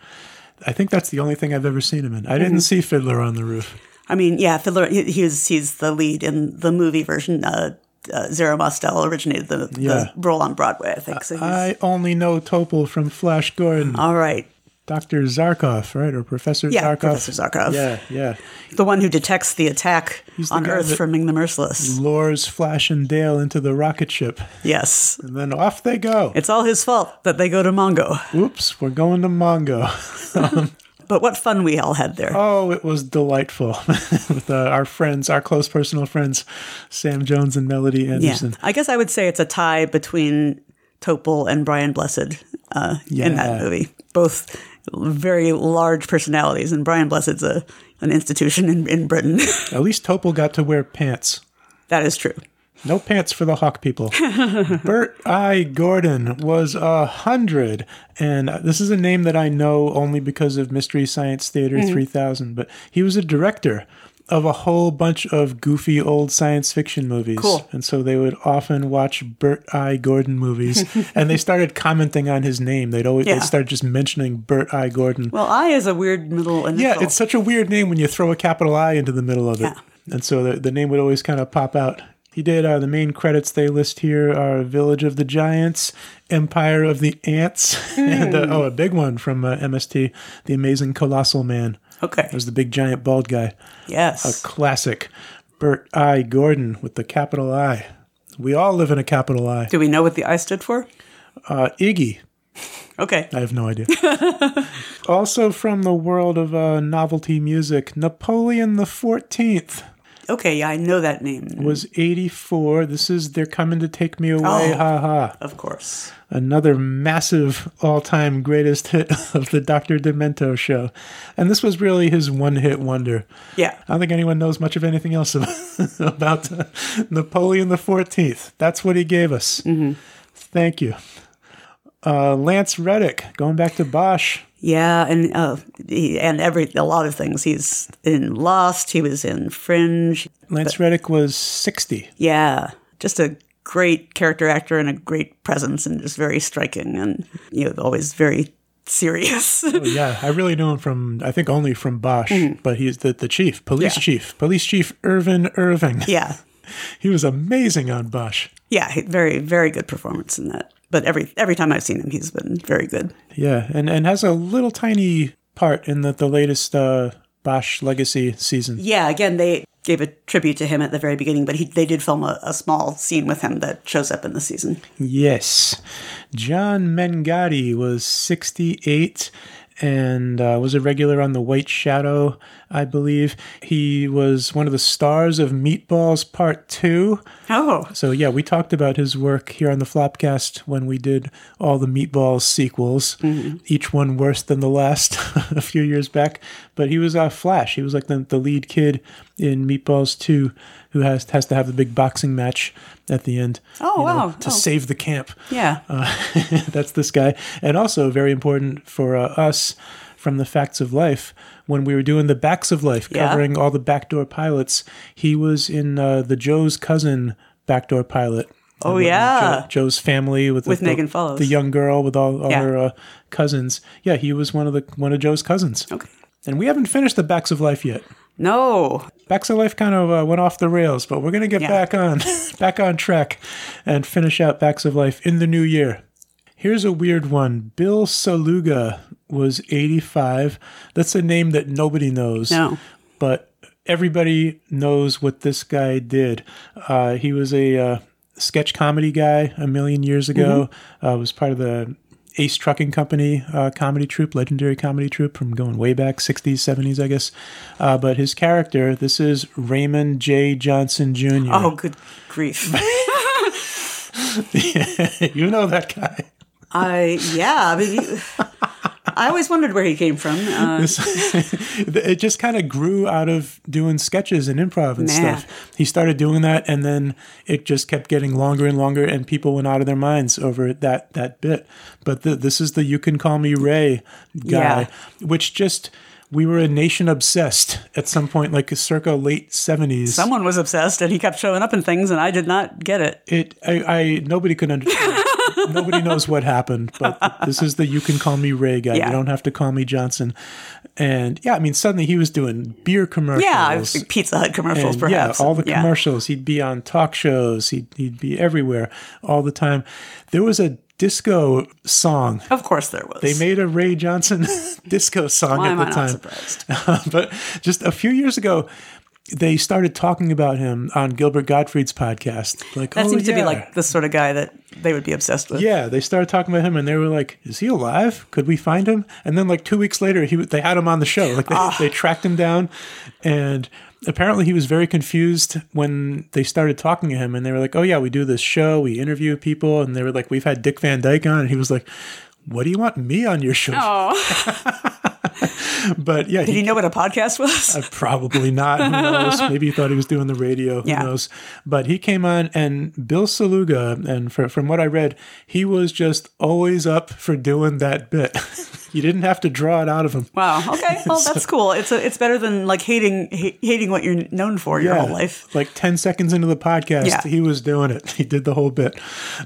I think that's the only thing I've ever seen him in. I Mm-hmm. didn't see Fiddler on the Roof. I mean, yeah, Fiddler he, he was he's the lead in the movie version uh, uh, Zero Mostel originated the, Yeah. the role on Broadway, I think. So he's, I only know Topol from Flash Gordon. all right. Dr. Zarkov, right? Or Professor Yeah, Zarkov. Professor Zarkov. Yeah, yeah. The one who detects the attack the on guy Earth that- from Ming the Merciless. Lures Flash and Dale into the rocket ship. Yes. And then off they go. It's all his fault that they go to Mongo. Oops, we're going to Mongo. But what fun we all had there. Oh, it was delightful with uh, our friends, our close personal friends, Sam Jones and Melody Yeah. Anderson. I guess I would say it's a tie between Topol and Brian Blessed uh, in Yeah. that movie. Both very large personalities, and Brian Blessed's a an institution in, in Britain. At least Topol got to wear pants. that is true. No pants for the Hawk people. Bert I. Gordon was a hundred, and this is a name that I know only because of Mystery Science Theater Mm. 3000. But he was a director of a whole bunch of goofy old science fiction movies. Cool. And so they would often watch Bert I. Gordon movies, and they started commenting on his name. They'd always Yeah. they'd start just mentioning Bert I. Gordon. Well, I is a weird middle Yeah, initial. it's such a weird name when you throw a capital I into the middle of it. And so the, the name would always kind of pop out. He did. Uh, the main credits they list here are Village of the Giants, Empire of the Ants, and uh, oh, a big one from uh, MST, The Amazing Colossal Man. okay. That was the big giant bald guy. Yes. Classic. Bert I. Gordon with the capital I. We all live in a capital I. Do we know what the I stood for? Uh, Iggy, Okay. I have no idea. also from the world of uh, novelty music, Napoleon the Fourteenth Okay. Yeah, I know that name. was eighty-four. This is "They're Coming to Take Me Away." Oh. Ha ha! Of course. Another massive, all-time greatest hit of the Doctor Demento show, and this was really his one-hit wonder. Yeah. I don't think anyone knows much of anything else about, about uh, Napoleon the Fourteenth. That's what he gave us. Mm-hmm. Thank you. Uh, Lance Reddick, going back to Bosch. Yeah, and uh, he, and every a lot of things. He's in Lost. He was in Fringe. Lance Reddick was 60. Yeah, just a great character actor and a great presence, and just very striking, and you know, always very serious. Yeah, I really knew him from, I think only from Bosch, but he's the, the chief, police Mm. Yeah. chief, police chief Irvin Irving. yeah, He was amazing on Bosch. yeah, he- very very good performance in that. But every every time I've seen him, he's been very good. Yeah, and, and has a little tiny part in the, the latest uh, Bosch Legacy season. Yeah, again, they gave a tribute to him at the very beginning, but he, they did film a, a small scene with him that shows up in the season. Yes. John Mengati was 68 and uh, was a regular on The White Shadow, I believe. He was one of the stars of Meatballs Part 2. Oh, So yeah, we talked about his work here on the Flopcast when we did all the Meatballs sequels, each one worse than the last a few years back. But he was uh, Flash. He was like the, the lead kid in Meatballs 2 who has has to have the big boxing match at the end. you Oh, know, wow. To Oh. save the camp. Yeah. Uh, that's this guy. And also, very important for uh, us from the Facts of Life, when we were doing the Backs of Life, Yeah. covering all the backdoor pilots, he was in uh, the Joe's cousin backdoor pilot. Oh, And, uh, yeah. Jo- Joe's family with With the, Megan Follows. the young girl with all, all Yeah. her uh, cousins. Yeah, he was one of the one of Joe's cousins. Okay. And we haven't finished the Backs of Life yet. No. Backs of Life kind of uh, went off the rails, but we're going to get Yeah. back on back on track and finish out Backs of Life in the new year. Here's a weird one. Bill Saluga was 85. That's a name that nobody knows. No. But everybody knows what this guy did. Uh, he was a uh, sketch comedy guy a million years ago. Uh, was part of the Ace Trucking Company uh, comedy troupe, legendary comedy troupe from going way back, 60s, 70s, I guess. Uh, but his character, this is Raymond J. Johnson Jr. Oh, good grief. you know that guy. I yeah. I, mean, you- I always wondered where he came from. Uh, it just kind of grew out of doing sketches and improv and Nah. stuff. He started doing that, and then it just kept getting longer and longer, and people went out of their minds over that that bit. But the, this is the "You Can Call Me Ray" guy, which just we were a nation obsessed at some point, like circa late seventies. someone was obsessed, and he kept showing up in things, and I did not get it. It I, I nobody could understand. nobody knows what happened, but this is the you can call me Ray guy. Yeah. You don't have to call me Johnson. And yeah, I mean suddenly he was doing beer commercials. Yeah, I was like Pizza Hut commercials, and, perhaps. Yeah, all the Yeah. commercials. He'd be on talk shows. He'd he'd be everywhere all the time. There was a disco song. Of course, there was. They made a Ray Johnson disco song Why at am the I not time. surprised? but just a few years ago, they started talking about him on Gilbert Gottfried's podcast. Like That oh, seems to be yeah." like the sort of guy that they would be obsessed with. Yeah, they started talking about him, and they were like, "Is he alive? Could we find him?" And then, like two weeks later, he they had him on the show. Like they, they tracked him down, and apparently he was very confused when they started talking to him. And they were like, "Oh yeah, we do this show, we interview people," and they were like, "We've had Dick Van Dyke on," and he was like, "What do you want me on your show?" Oh, But yeah, did he he know what a podcast was? Probably not. Who knows? Maybe he thought he was doing the radio. Who Yeah. knows? But he came on, and Bill Saluga, and for, from what I read, he was just always up for doing that bit. you didn't have to draw it out of him. Wow. Okay. Well, that's cool. It's a, it's better than like hating ha- hating what you're known for your whole life. Like 10 seconds into the podcast, Yeah. he was doing it. He did the whole bit.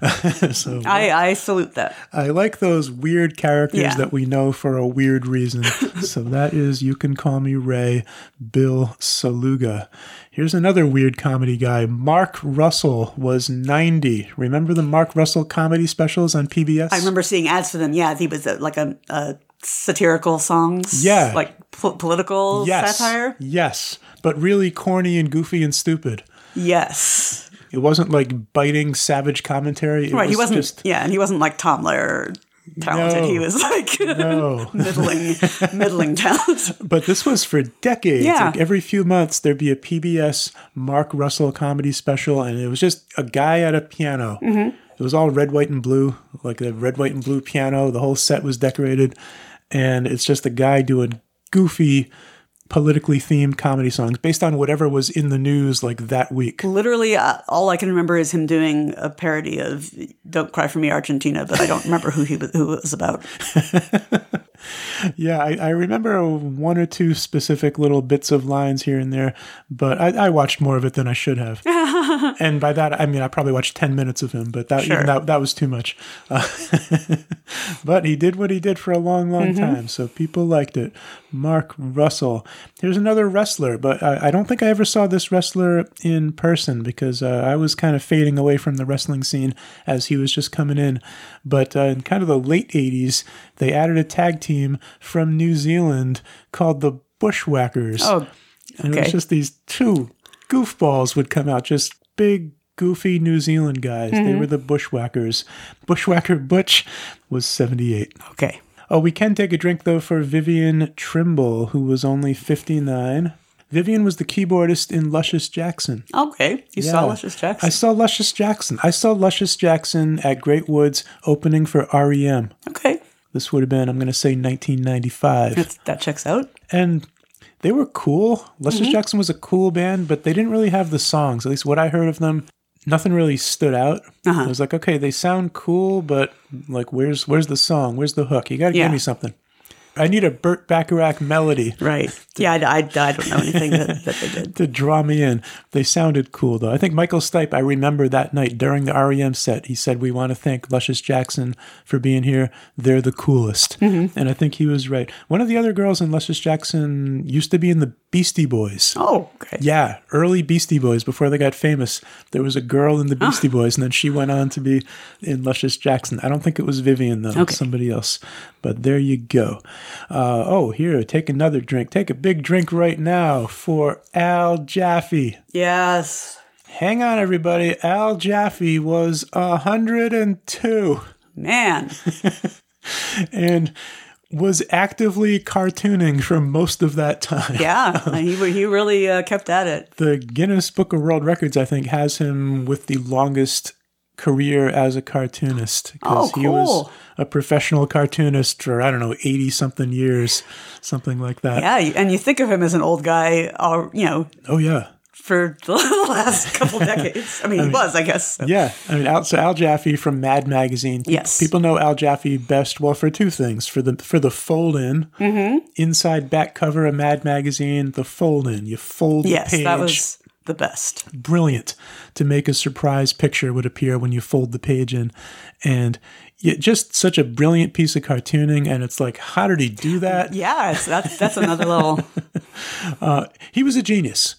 so I, I salute that. I like those weird characters Yeah. that we know for a weird reason. so that is You Can Call Me Ray, Bill Saluga. Here's another weird comedy guy. Mark Russell was 90. Remember the Mark Russell comedy specials on PBS? I remember seeing ads for them. Yeah, he was uh like a, a satirical songs. Yeah. like po- political yes, satire. Yes, but really corny and goofy and stupid. Yes, It wasn't like biting savage commentary. It right. he wasn't. just yeah, and he wasn't like Tom Lehrer talented. No. He was like No. middling, middling talent. But this was for decades. Yeah. Like every few months, there'd be a PBS Mark Russell comedy special, and it was just a guy at a piano. It was all red, white, and blue, like the red, white, and blue piano. The whole set was decorated, and it's just a guy doing goofy, politically themed comedy songs based on whatever was in the news like that week. Literally, uh, all I can remember is him doing a parody of "Don't Cry for Me, Argentina," but I don't remember who he was, who it was about. Yeah, I, I remember one or two specific little bits of lines here and there, but I, I watched more of it than I should have. and by that, I mean I probably watched ten minutes of him, but that Sure. even that that was too much. Uh, but he did what he did for a long, long Mm-hmm. time, so people liked it. Mark Russell. Here's another wrestler, but I, I don't think I ever saw this wrestler in person because uh, I was kind of fading away from the wrestling scene as he was just coming in. But uh, in kind of the late '80s, they added a tag team from New Zealand called the Bushwhackers. Oh, And it Okay. was just these two goofballs would come out, just big, goofy New Zealand guys. They were the Bushwhackers. Bushwhacker Butch was 78. okay. Oh, we can take a drink, though, for Vivian Trimble, who was only 59. Vivian was the keyboardist in Luscious Jackson. Okay, you Yeah. saw Luscious Jackson. I saw Luscious Jackson. I saw Luscious Jackson at Great Woods opening for E REM. okay, This would have been, I'm going to say, 1995. That's, that checks out. And they were cool. Lester Jackson was a cool band, but they didn't really have the songs. At least what I heard of them, nothing really stood out. I was like, okay, they sound cool, but like, where's where's the song? Where's the hook? You got to Yeah. give me something. I need a Burt Bacharach melody Right. Yeah, I, I, I don't know anything that, that they did. to draw me in. They sounded cool, though. I think Michael Stipe, I remember that night during the REM set, he said, We want to thank Luscious Jackson for being here. They're the coolest. And I think he was right. One of the other girls in Luscious Jackson used to be in the Beastie Boys. Oh, okay. Yeah, early Beastie Boys before they got famous. There was a girl in the Oh. Beastie Boys, and then she went on to be in Luscious Jackson. I don't think it was Vivian though, Okay. somebody else. But there you go. Uh, oh, here, take another drink. Take a big drink right now for Al Jaffe. Yes. Hang on, everybody. Al Jaffe was hundred and two Man. and was actively cartooning for most of that time. Yeah. he, he really uh, kept at it. the Guinness Book of World Records, I think, has him with the longest career as a cartoonist because Oh, he was cool. a professional cartoonist for I don't know eighty something years, something like that. Yeah. And you think of him as an old guy, uh, you know, Oh yeah, for the last couple decades. I mean, he was, I guess. yeah. I mean, Al, so Al Jaffe from Mad Magazine. Yes. people know Al Jaffe best well for two things: for the for the fold in, Mm-hmm. inside back cover of Mad Magazine, the fold in. You fold Yes, the page. that was the best. brilliant to make a surprise picture would appear when you fold the page in and yeah, just such a brilliant piece of cartooning and it's like how did he do that Yeah, so that's that's another level. he was a genius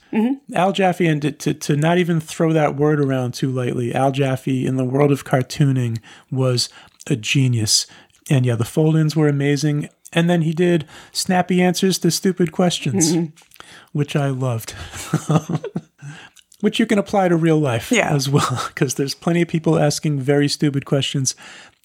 al jaffe and to, to, to not even throw that word around too lightly al jaffe in the world of cartooning was a genius and yeah the fold-ins were amazing and then he did snappy answers to stupid questions which i loved which you can apply to real life Yeah. as well because there's plenty of people asking very stupid questions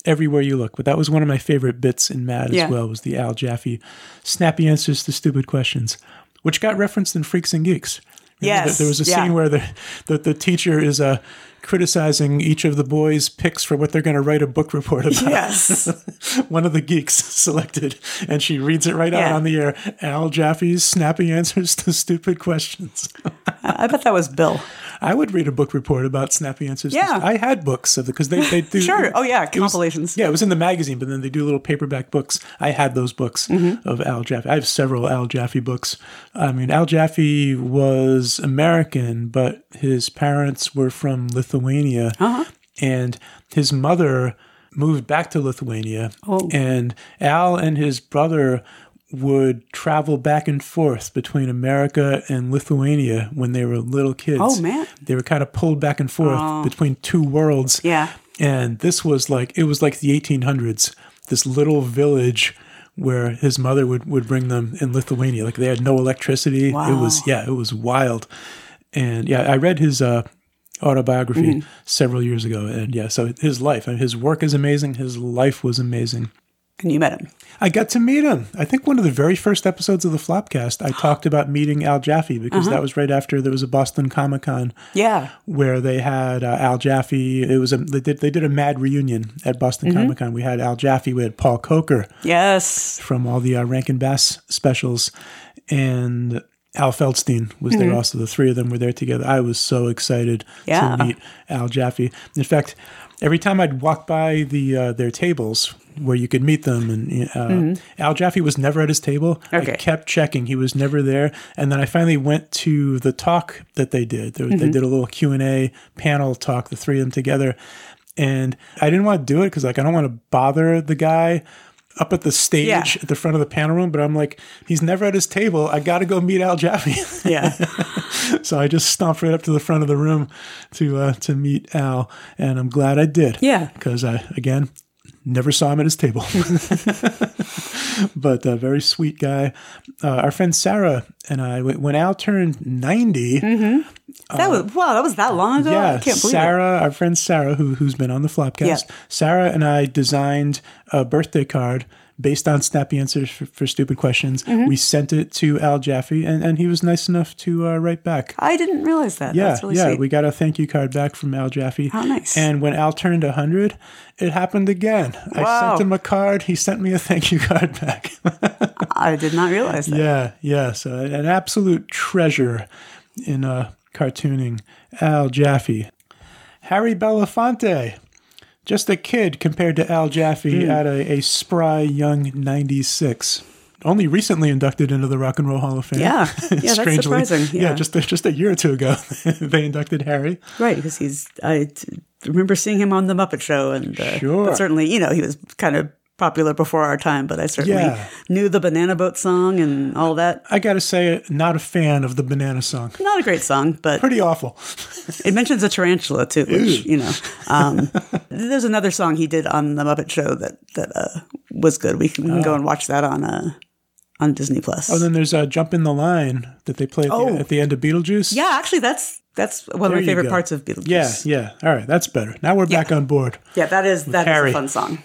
everywhere you look but that was one of my favorite bits in mad Yeah. as well was the al jaffe snappy answers to stupid questions which got referenced in freaks and geeks Remember that Yes, there was a yeah. scene where the, the, the teacher is uh, criticizing each of the boys picks for what they're going to write a book report about Yes. one of the geeks selected and she reads it right out Yeah. on the air al jaffe's snappy answers to stupid questions I bet that was Bill. I would read a book report about snappy answers. Yeah. I had books of the because they they do Sure. Oh yeah, It was- compilations. yeah, it was in the magazine, but then they do little paperback books. I had those books Mm-hmm. of Al Jaffe. I have several Al Jaffe books. I mean, Al Jaffe was American, but his parents were from Lithuania, Uh-huh. and his mother moved back to Lithuania. Oh. And Al and his brother would travel back and forth between America and Lithuania when they were little kids. Oh, man. Oh. They were kind of pulled back and forth between two worlds Yeah. and this was like it was like the 1800s this little village where his mother would, would bring them in lithuania like they had no electricity it was yeah it was wild and yeah i read his uh, autobiography several years ago and yeah so his life I mean, his work is amazing his life was amazing And you met him. I got to meet him. I think one of the very first episodes of the Flopcast, I talked about meeting Al Jaffe because that was right after there was a Boston Comic Con Yeah. where they had uh, Al Jaffe. It was a they did they did a mad reunion at Boston Comic Con. We had Al Jaffe, we had Paul Coker Yes. from all the uh, Rankin Bass specials, and Al Feldstein was there also. The three of them were there together. I was so excited Mm-hmm. Yeah. to meet Al Jaffe. In fact, every time I'd walk by the uh, their tables where you could meet them, and uh, Al Jaffe was never at his table. I Mm-hmm. Okay. kept checking; he was never there. And then I finally went to the talk that they did. They, Mm-hmm. they did a little Q and A panel talk, the three of them together. And I didn't want to do it because, like, I don't want to bother the guy up at the stage Yeah. at the front of the panel room. But I'm like, he's never at his table. I got to go meet Al Jaffe. Yeah. so I just stomped right up to the front of the room to uh, to meet Al, and I'm glad I did. Yeah. because I again never saw him at his table, but a very sweet guy. Uh, our friend Sarah and I, when when Al turned 90 That was wow, that was that long ago? Uh, yeah, Oh, I can't believe it. Sarah, our friend Sarah, who who's been on the Flopcast, Yeah. Sarah and I designed a birthday card based on snappy answers for, for stupid questions. Mm-hmm. We sent it to Al Jaffe, and, and he was nice enough to uh, write back. I didn't realize that. Yeah, Oh, That's really yeah, sweet. we got a thank you card back from Al Jaffe. How nice. And when Al turned 100, it happened again. I Wow. sent him a card, he sent me a thank you card back. I did not realize that. yeah, yeah. So an absolute treasure in uh, cartooning. Al Jaffe. Harry Belafonte. Just a kid compared to Al Jaffe Hmm. at a, a spry young 96. Only recently inducted into the Rock and Roll Hall of Fame. Yeah. Yeah, that's surprising. yeah Yeah. just, just a year or two ago, they inducted Harry. Right, because he's. I t- remember seeing him on the Muppet Show, and uh, Sure. but certainly, you know, he was kind of popular before our time. But I certainly Yeah. knew the Banana Boat song and all that. I gotta say, not a fan of the banana song. Not a great song, but Pretty awful. it mentions a tarantula too, which you know. Um, there's another song he did on the Muppet Show that that uh, was good. We can, we can go and watch that on uh, on Disney Plus. And Ah. then there's uh, "Jump in the Line" that they play at, Oh. the, at the end of Beetlejuice. yeah, actually, that's that's one There of you my favorite go. parts of Beetlejuice. yeah, yeah. All right, that's better. Now we're back on board. yeah, that is that is Harry. a fun song.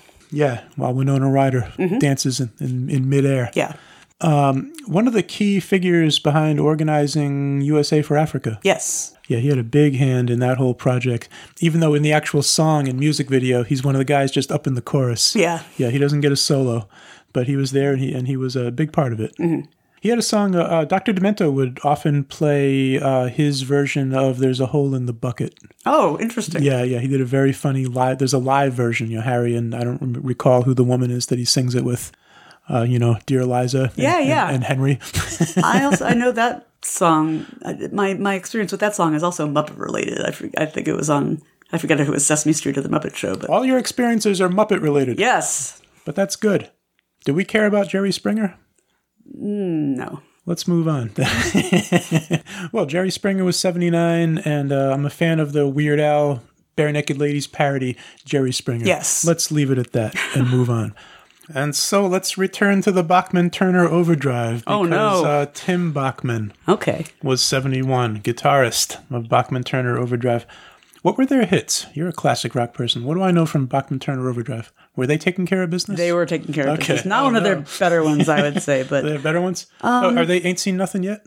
Yeah, while Winona Ryder dances in, in, in midair. Mm-hmm. Yeah. One of the key figures behind organizing USA for Africa. Yes. Yeah, he had a big hand in that whole project. Even though in the actual song and music video, he's one of the guys just up in the chorus. Yeah. Yeah, he doesn't get a solo, but he was there and he and he was a big part of it. Mm-hmm. He had a song. Uh, uh, Dr. Demento would often play uh, his version of "There's a Hole in the Bucket." Oh, interesting. Yeah, yeah. He did a very funny live. There's a live version. You know, Harry and I don't rem- recall who the woman is that he sings it with. Uh, you know, dear Eliza. and- Yeah, and- yeah. And, Henry. I also I know that song. I- My my experience with that song is also Muppet related. I for, I think it was on. I forget if it was Sesame Street or the Muppet Show, but All your experiences are Muppet related, yes, but that's good. Do we care about Jerry Springer? no, Let's move on. well, Jerry Springer was 79, and uh, I'm a fan of the Weird Al Bare Naked Ladies parody, Jerry Springer. Yes. Let's leave it at that and move on. And so let's return to the Bachman Turner Overdrive. Because, Oh, no. Uh, Tim Bachman okay. was 71, guitarist of Bachman Turner Overdrive. What were their hits? You're a classic rock person. What do I know from Bachman Turner Overdrive? Were they taking care of business? They were taking care of Okay. business. Not Oh, one of no. their better ones, I would say, but Um, Are they better ones? Oh, are they Ain't Seen Nothing Yet?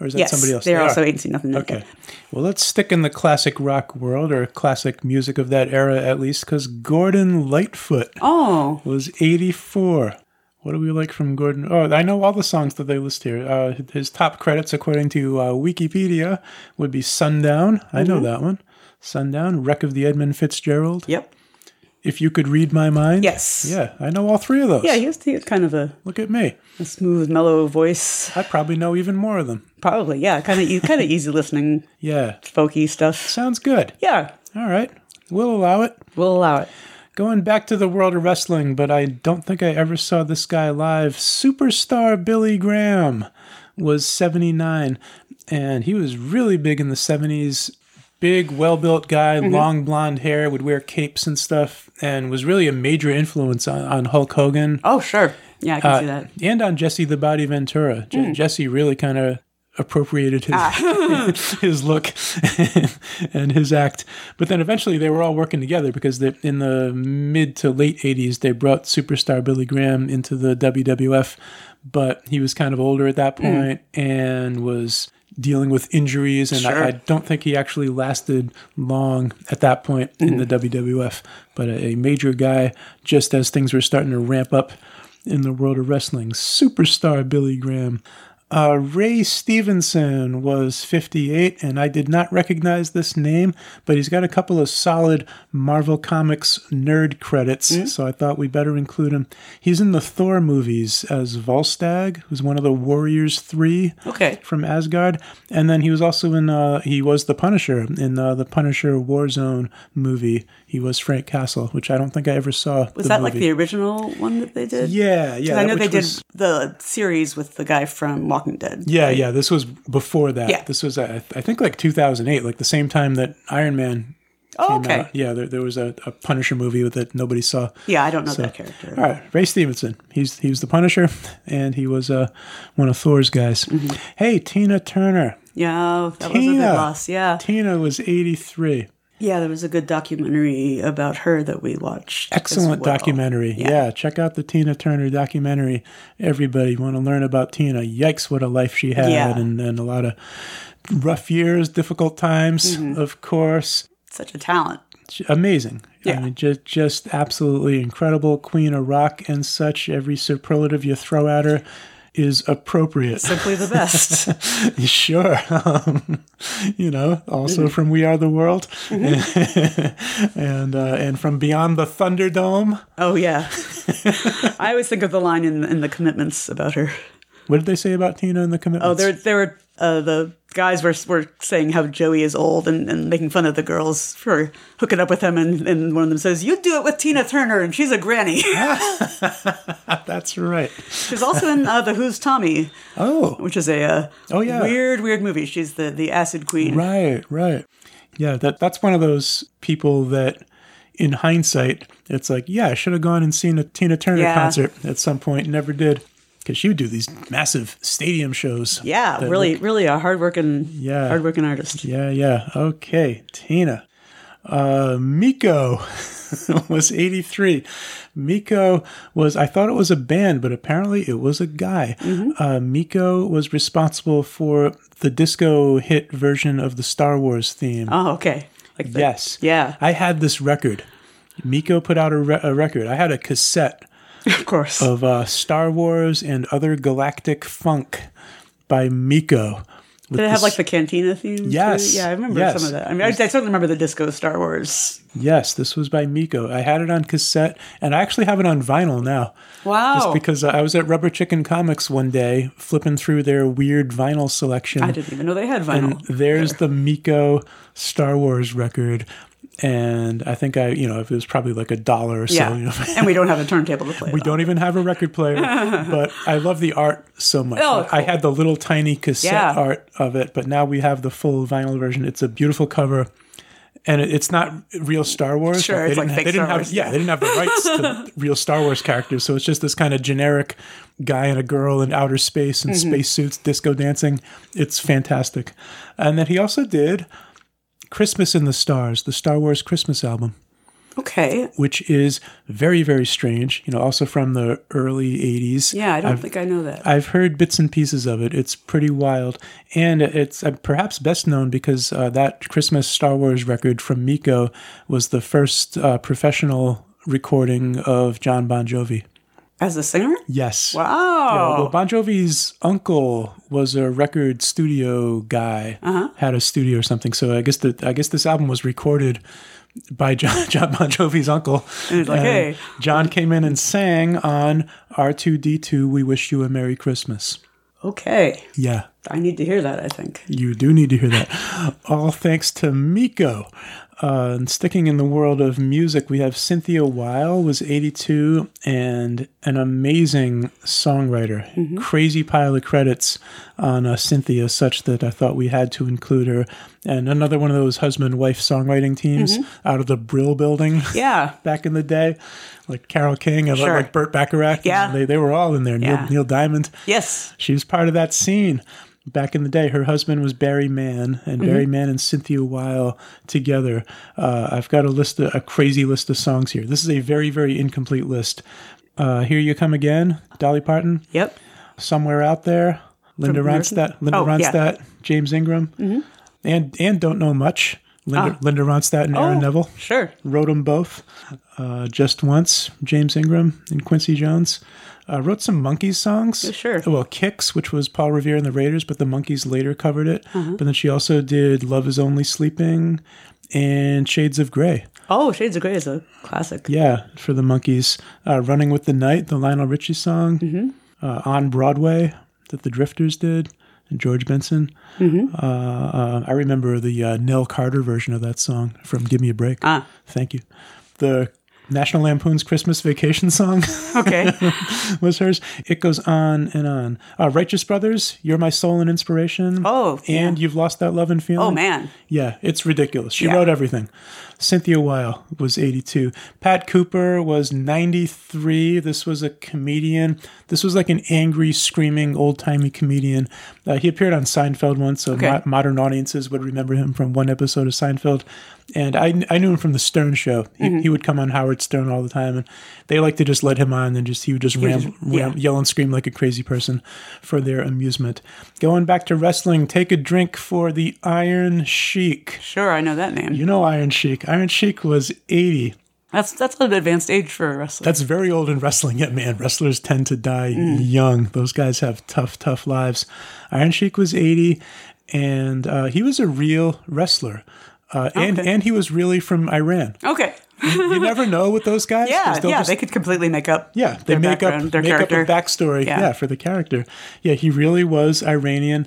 Or is that yes, somebody else? they're They also are. ain't seen nothing. Okay. Well, let's stick in the classic rock world or classic music of that era at least, because Gordon Lightfoot Oh, was 84. What do we like from Gordon? Oh, I know all the songs that they list here. Uh, his top credits, according to uh, Wikipedia, would be Sundown. I know that one. Sundown, Wreck of the Edmund Fitzgerald. Mm-hmm. yep. If You Could Read My Mind. Yes. Yeah, I know all three of those. Yeah, he has, he has kind of a, Look at me. a smooth, mellow voice. I probably know even more of them. Probably, yeah. Kind of, you kind of easy listening, Yeah, folky stuff. sounds good. Yeah, All right, we'll allow it. we'll allow it. Going back to the world of wrestling, but I don't think I ever saw this guy live. Superstar Billy Graham was 79, and he was really big in the 70s. Big, well built guy, long blonde hair, would wear capes and stuff, and was really a major influence on, on Hulk Hogan Oh, sure. Yeah, Uh, I can see that. and on Jesse the Body Ventura. Je- Jesse really kind of appropriated his his look and his act. But then eventually they were all working together because they, in the mid to late 80s they brought superstar Billy Graham into the WWF, but he was kind of older at that point and was dealing with injuries and I, I don't think he actually lasted long at that point in the WWF but a, a major guy just as things were starting to ramp up in the world of wrestling superstar Billy Graham uh, Ray Stevenson was 58, and I did not recognize this name, but he's got a couple of solid Marvel Comics nerd credits, so I thought we better include him. He's in the Thor movies as Volstagg, who's one of the Warriors Three Okay. from Asgard, and then he was also in uh, he was the Punisher in uh, the Punisher Warzone movie. He was Frank Castle, which I don't think I ever saw. Was that like the original one that they did? yeah, yeah. I that know they which did was- the series with the guy from Walking Dead. Yeah, yeah. This was before that. Yeah. This was, uh, I think, like 2008, like the same time that Iron Man Oh, came okay. out. Yeah, there, there was a, a Punisher movie that nobody saw. Yeah, I don't know that character. All right, Ray Stevenson. He's he was the Punisher, and he was uh, one of Thor's guys. Mm-hmm. Hey, Tina Turner. Yeah, that was a big Tina. loss. Yeah. Tina was 83. Yeah, there was a good documentary about her that we watched. as Excellent well. documentary. Yeah. check out the Tina Turner documentary. Everybody want to learn about Tina. Yikes, what a life she had, Yeah. and, and a lot of rough years, difficult times, Mm-hmm. of course. Such a talent. J- Amazing. I Yeah. mean, just, just absolutely incredible. Queen of rock and such. Every superlative you throw at her is appropriate. Simply the best. Sure. Um, you know, also Mm-hmm. from We Are the World and uh, and from Beyond the Thunderdome. oh yeah. I always think of the line in in the commitments about her. What did they say about Tina and the commitments? Oh, there there were uh, the guys were were saying how Joey is old and, and making fun of the girls for hooking up with him and, and one of them says, You do it with Tina Turner and she's a granny. That's right. she's also in uh, the Who's Tommy, Oh, which is a uh, Oh, yeah. weird, weird movie. She's the, the acid queen. right, right. Yeah, that that's one of those people that, in hindsight, it's like, yeah, I should have gone and seen a Tina Turner Yeah. concert at some point. Never did, because she would do these massive stadium shows. Yeah, that really, really a hardworking, Yeah. hardworking artist. Yeah, yeah. Okay, Tina. Uh, Miko was 83. Miko was, I thought it was a band, but apparently it was a guy. Mm-hmm. Uh, Miko was responsible for the disco hit version of the Star Wars theme. Oh, okay. Like the- yes. yeah. I had this record. Miko put out a, re- a record. I had a cassette of course. of uh, Star Wars and Other Galactic Funk by Miko. Did it have like the cantina theme? too? Yes, Yeah, I remember yes. some of that. I mean, I, I certainly remember the disco Star Wars. Yes, this was by Miko. I had it on cassette, and I actually have it on vinyl now. Wow. Just because I was at Rubber Chicken Comics one day, flipping through their weird vinyl selection. I didn't even know they had And vinyl. there's the Miko Star Wars record. And I think I, you know, it was probably like a dollar or so. yeah. You know, and we don't have a turntable to play. we don't even have a record player, but I love the art so much. Oh, I had the little tiny cassette Yeah. art of it, but now we have the full vinyl version. It's a beautiful cover. And it- it's not real Star Wars. Sure, it's didn't like ha- fake they didn't Star have, Wars. Yeah, they didn't have the rights to real Star Wars characters, so it's just this kind of generic guy and a girl in outer space and Mm-hmm. spacesuits, disco dancing. It's fantastic. And then he also did Christmas in the Stars, the Star Wars Christmas album Okay. which is very very strange you know also from the early 80s Yeah, I don't I've, think I know that. I've heard bits and pieces of it it's pretty wild and it's uh, perhaps best known because uh, that christmas star wars record from miko was the first uh, professional recording of john bon jovi As a singer? yes Wow. yeah, Oh. well, Bon Jovi's uncle was a record studio guy, Uh-huh. had a studio or something. So I guess the I guess this album was recorded by John, John Bon Jovi's uncle. And he's like, "Hey." John came in and sang on R2D2, "We Wish You a Merry Christmas." Okay. Yeah, I need to hear that, I think. you do need to hear that. All thanks to Miko. Uh, and sticking in the world of music, we have Cynthia Weil was 82 and an amazing songwriter. Mm-hmm. Crazy pile of credits on uh, Cynthia, such that I thought we had to include her. And another one of those husband-wife songwriting teams Mm-hmm. out of the Brill Building Yeah. back in the day, like Carol King and like- Sure. like Burt Bacharach. you know, Yeah. they they were all in there. Yeah. Neil, Neil Diamond. Yes. She was part of that scene back in the day. Her husband was Barry Mann, and Barry Mm-hmm. Mann and Cynthia Weil together. Uh, I've got a list, of, a crazy list of songs here. This is a very, very incomplete list. Uh, here you come again, Dolly Parton. Yep. Somewhere out there, Linda From Ronstadt, Linda Oh, yeah. Mm-hmm. Ronstadt, James Ingram, and and don't know much. Ah. Linda, Linda Ronstadt and Aaron Neville Oh, Sure. wrote them both uh, just once james ingram and quincy jones uh, wrote some monkeys songs Yeah, sure. well kicks which was paul revere and the raiders but the monkeys later covered it Uh-huh. but then she also did love is only sleeping and shades of gray Oh, Shades of Grey is a classic. yeah for the monkeys uh, running with the night the lionel richie song Mm-hmm. uh, on broadway that the drifters did and george benson Mm-hmm. uh, uh, i remember the uh, nell carter version of that song from give me a break Ah. thank you the National Lampoon's Christmas Vacation song Okay. was hers. It goes on and on. Uh, Righteous Brothers, You're My Soul and Inspiration. Oh, yeah. and You've Lost That Love and Feeling. Oh, man. Yeah, it's ridiculous. She Yeah. wrote everything. Cynthia Weil was 82. Pat Cooper was 93. This was a comedian. This was like an angry, screaming, old timey comedian. Uh, he appeared on Seinfeld once, so Okay. mo- modern audiences would remember him from one episode of Seinfeld. And I, I knew him from the Stern Show. He, Mm-hmm. he would come on Howard Stern all the time, and they like to just let him on and just he would just ram, ram, yell and scream like a crazy person for their amusement. Going back to wrestling, take a drink for the Iron Sheik. Sure, I know that name. You know Iron Sheik. Iron Sheik was 80. That's that's an advanced age for a wrestler. That's very old in wrestling, yet man, wrestlers tend to die Mm. young. Those guys have tough, tough lives. Iron Sheik was 80, and uh, he was a real wrestler. Uh, and, and he was really from Iran. okay. You never know with those guys. 'cause Yeah, they'll yeah, just- they could completely make up. yeah, they their make up background, their make character. up a backstory. Yeah. Yeah. for the character. Yeah, he really was Iranian,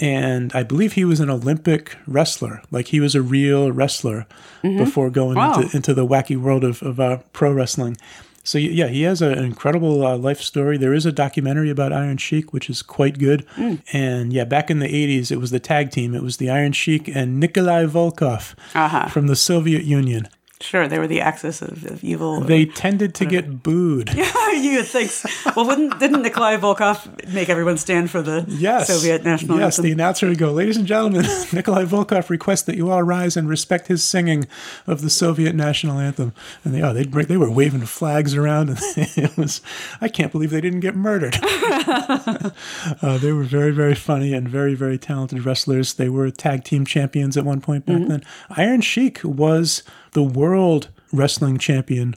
and I believe he was an Olympic wrestler. Like he was a real wrestler before going Mm-hmm. Wow. into, into the wacky world of of uh, pro wrestling. So y- yeah, he has a- an incredible uh, life story. There is a documentary about Iron Sheik, which is quite good. Mm. And yeah, back in the '80s, it was the tag team. It was the Iron Sheik and Nikolai Volkov Uh-huh. from the Soviet Union. Sure, they were the axis of, of evil. They tended to get booed. you would think. so. Well, wouldn't didn't Nikolai Volkov make everyone stand for the Yes. Soviet national Yes, the anthem? announcer would go, Ladies and gentlemen, Nikolai Volkov requests that you all rise and respect his singing of the Soviet national anthem. And they oh, they'd break, they were waving flags around and it was I can't believe they didn't get murdered. Uh, they were very, very funny and very, very talented wrestlers. They were tag team champions at one point back then. Iron Sheik was the world wrestling champion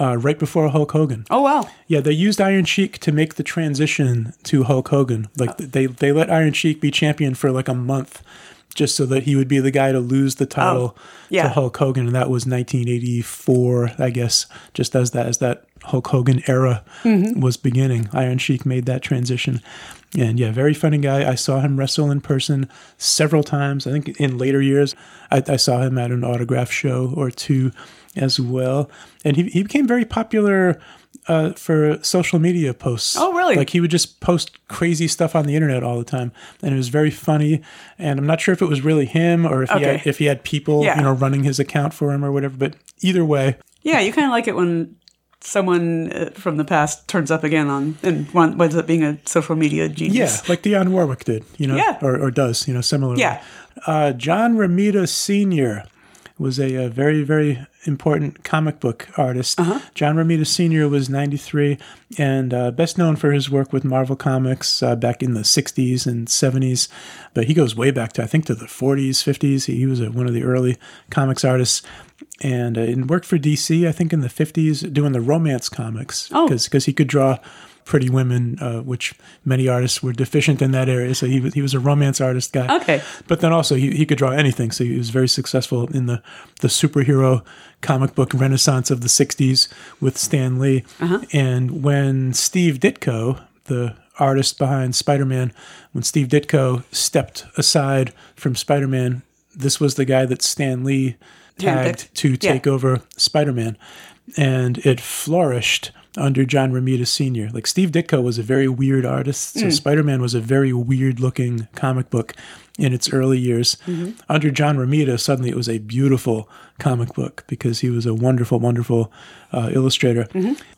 uh, right before Hulk Hogan. oh wow, Yeah, they used Iron Sheik to make the transition to Hulk Hogan. Like they they let Iron Sheik be champion for like a month just so that he would be the guy to lose the title to yeah. Hulk Hogan and that was 1984, I guess, just as that as that Hulk Hogan era was beginning. Iron Sheik made that transition. And yeah, very funny guy. I saw him wrestle in person several times. I think in later years, I, I saw him at an autograph show or two as well. And he, he became very popular uh, for social media posts. Oh, really? Like he would just post crazy stuff on the internet all the time, and it was very funny. And I'm not sure if it was really him or if he Okay. had, if he had people Yeah. you know running his account for him or whatever. But either way, yeah, you kind of like it when someone uh, from the past turns up again on and one, winds up being a social media yeah, genius. like Dionne Warwick did, you know, Yeah. or, or does, you know, similarly. Yeah. Uh, John Romita Sr. was a, uh very, very important comic book artist. John Romita Sr. was 93 and uh, best known for his work with Marvel Comics uh, back in the 60s and 70s. But he goes way back to, I think, to the 40s, 50s. He, he was uh one of the early comics artists. And, uh, and worked for DC, I think, in the 50s, doing the romance comics Oh. because he could draw pretty women, uh, which many artists were deficient in that area. So he was, he was a romance artist guy. Okay. But then also he, he could draw anything. So he was very successful in the, the superhero comic book renaissance of the 60s with Stan Lee. Uh-huh. And when Steve Ditko, the artist behind Spider-Man, when Steve Ditko stepped aside from Spider-Man, this was the guy that Stan Lee Handpicked. tagged to Yeah. take over Spider-Man, and it flourished under John Romita Sr. Like Steve Ditko was a very weird artist, so Spider-Man was a very weird-looking comic book in its early years. Under John Romita, suddenly it was a beautiful comic book because he was a wonderful, wonderful uh, illustrator.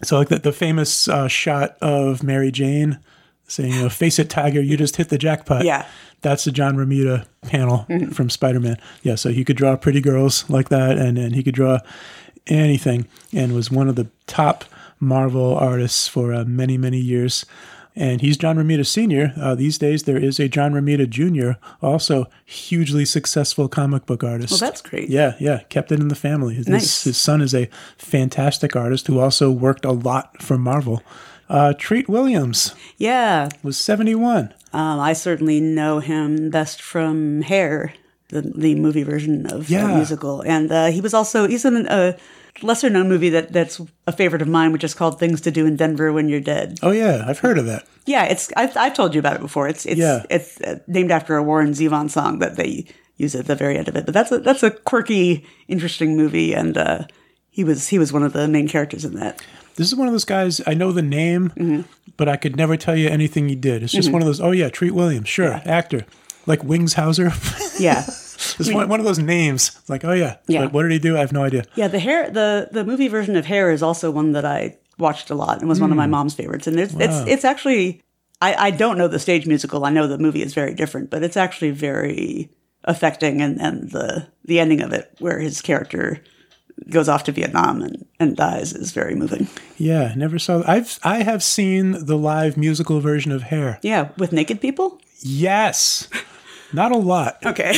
So like the, the famous uh, shot of Mary Jane saying, you know, "Face it, Tiger, you just hit the jackpot." Yeah. That's the John Romita panel Mm-hmm. from Spider Man. Yeah, so he could draw pretty girls like that, and, and he could draw anything, and was one of the top Marvel artists for uh, many, many years. And he's John Romita Sr. Uh, these days, there is a John Romita Jr., also hugely successful comic book artist. Well, that's great. Yeah, yeah, kept it in the family. His, Nice. his son is a fantastic artist who also worked a lot for Marvel. Uh, Treat Williams Yeah, was 71. um, I certainly know him best from Hair, the, the movie version of Yeah. the musical, and uh, he was also he's in a lesser known movie that that's a favorite of mine, which is called Things to Do in Denver When You're Dead. Oh, yeah, I've heard of that. Yeah, it's I've, I've told you about it before. It's it's Yeah. it's uh, named after a Warren Zevon song that they use at the very end of it. But that's a that's a quirky, interesting movie, and uh, He was he was one of the main characters in that. This is one of those guys, I know the name, Mm-hmm. but I could never tell you anything he did. It's just one of those, oh, yeah, Treat Williams, sure, actor. Like Wings Hauser. Yeah. it's one, one of those names. Like, oh, yeah. Yeah. But what did he do? I have no idea. Yeah, the hair the the movie version of Hair is also one that I watched a lot and was one of my Hmm. mom's favorites. And there's it's it's actually I, I don't know the stage musical. I know the movie is very different, but it's actually very affecting and, and the the ending of it where his character goes off to Vietnam and, and dies is very moving. Yeah, never saw. I've I have seen the live musical version of Hair. Yeah, with naked people? Yes, not a lot. Okay.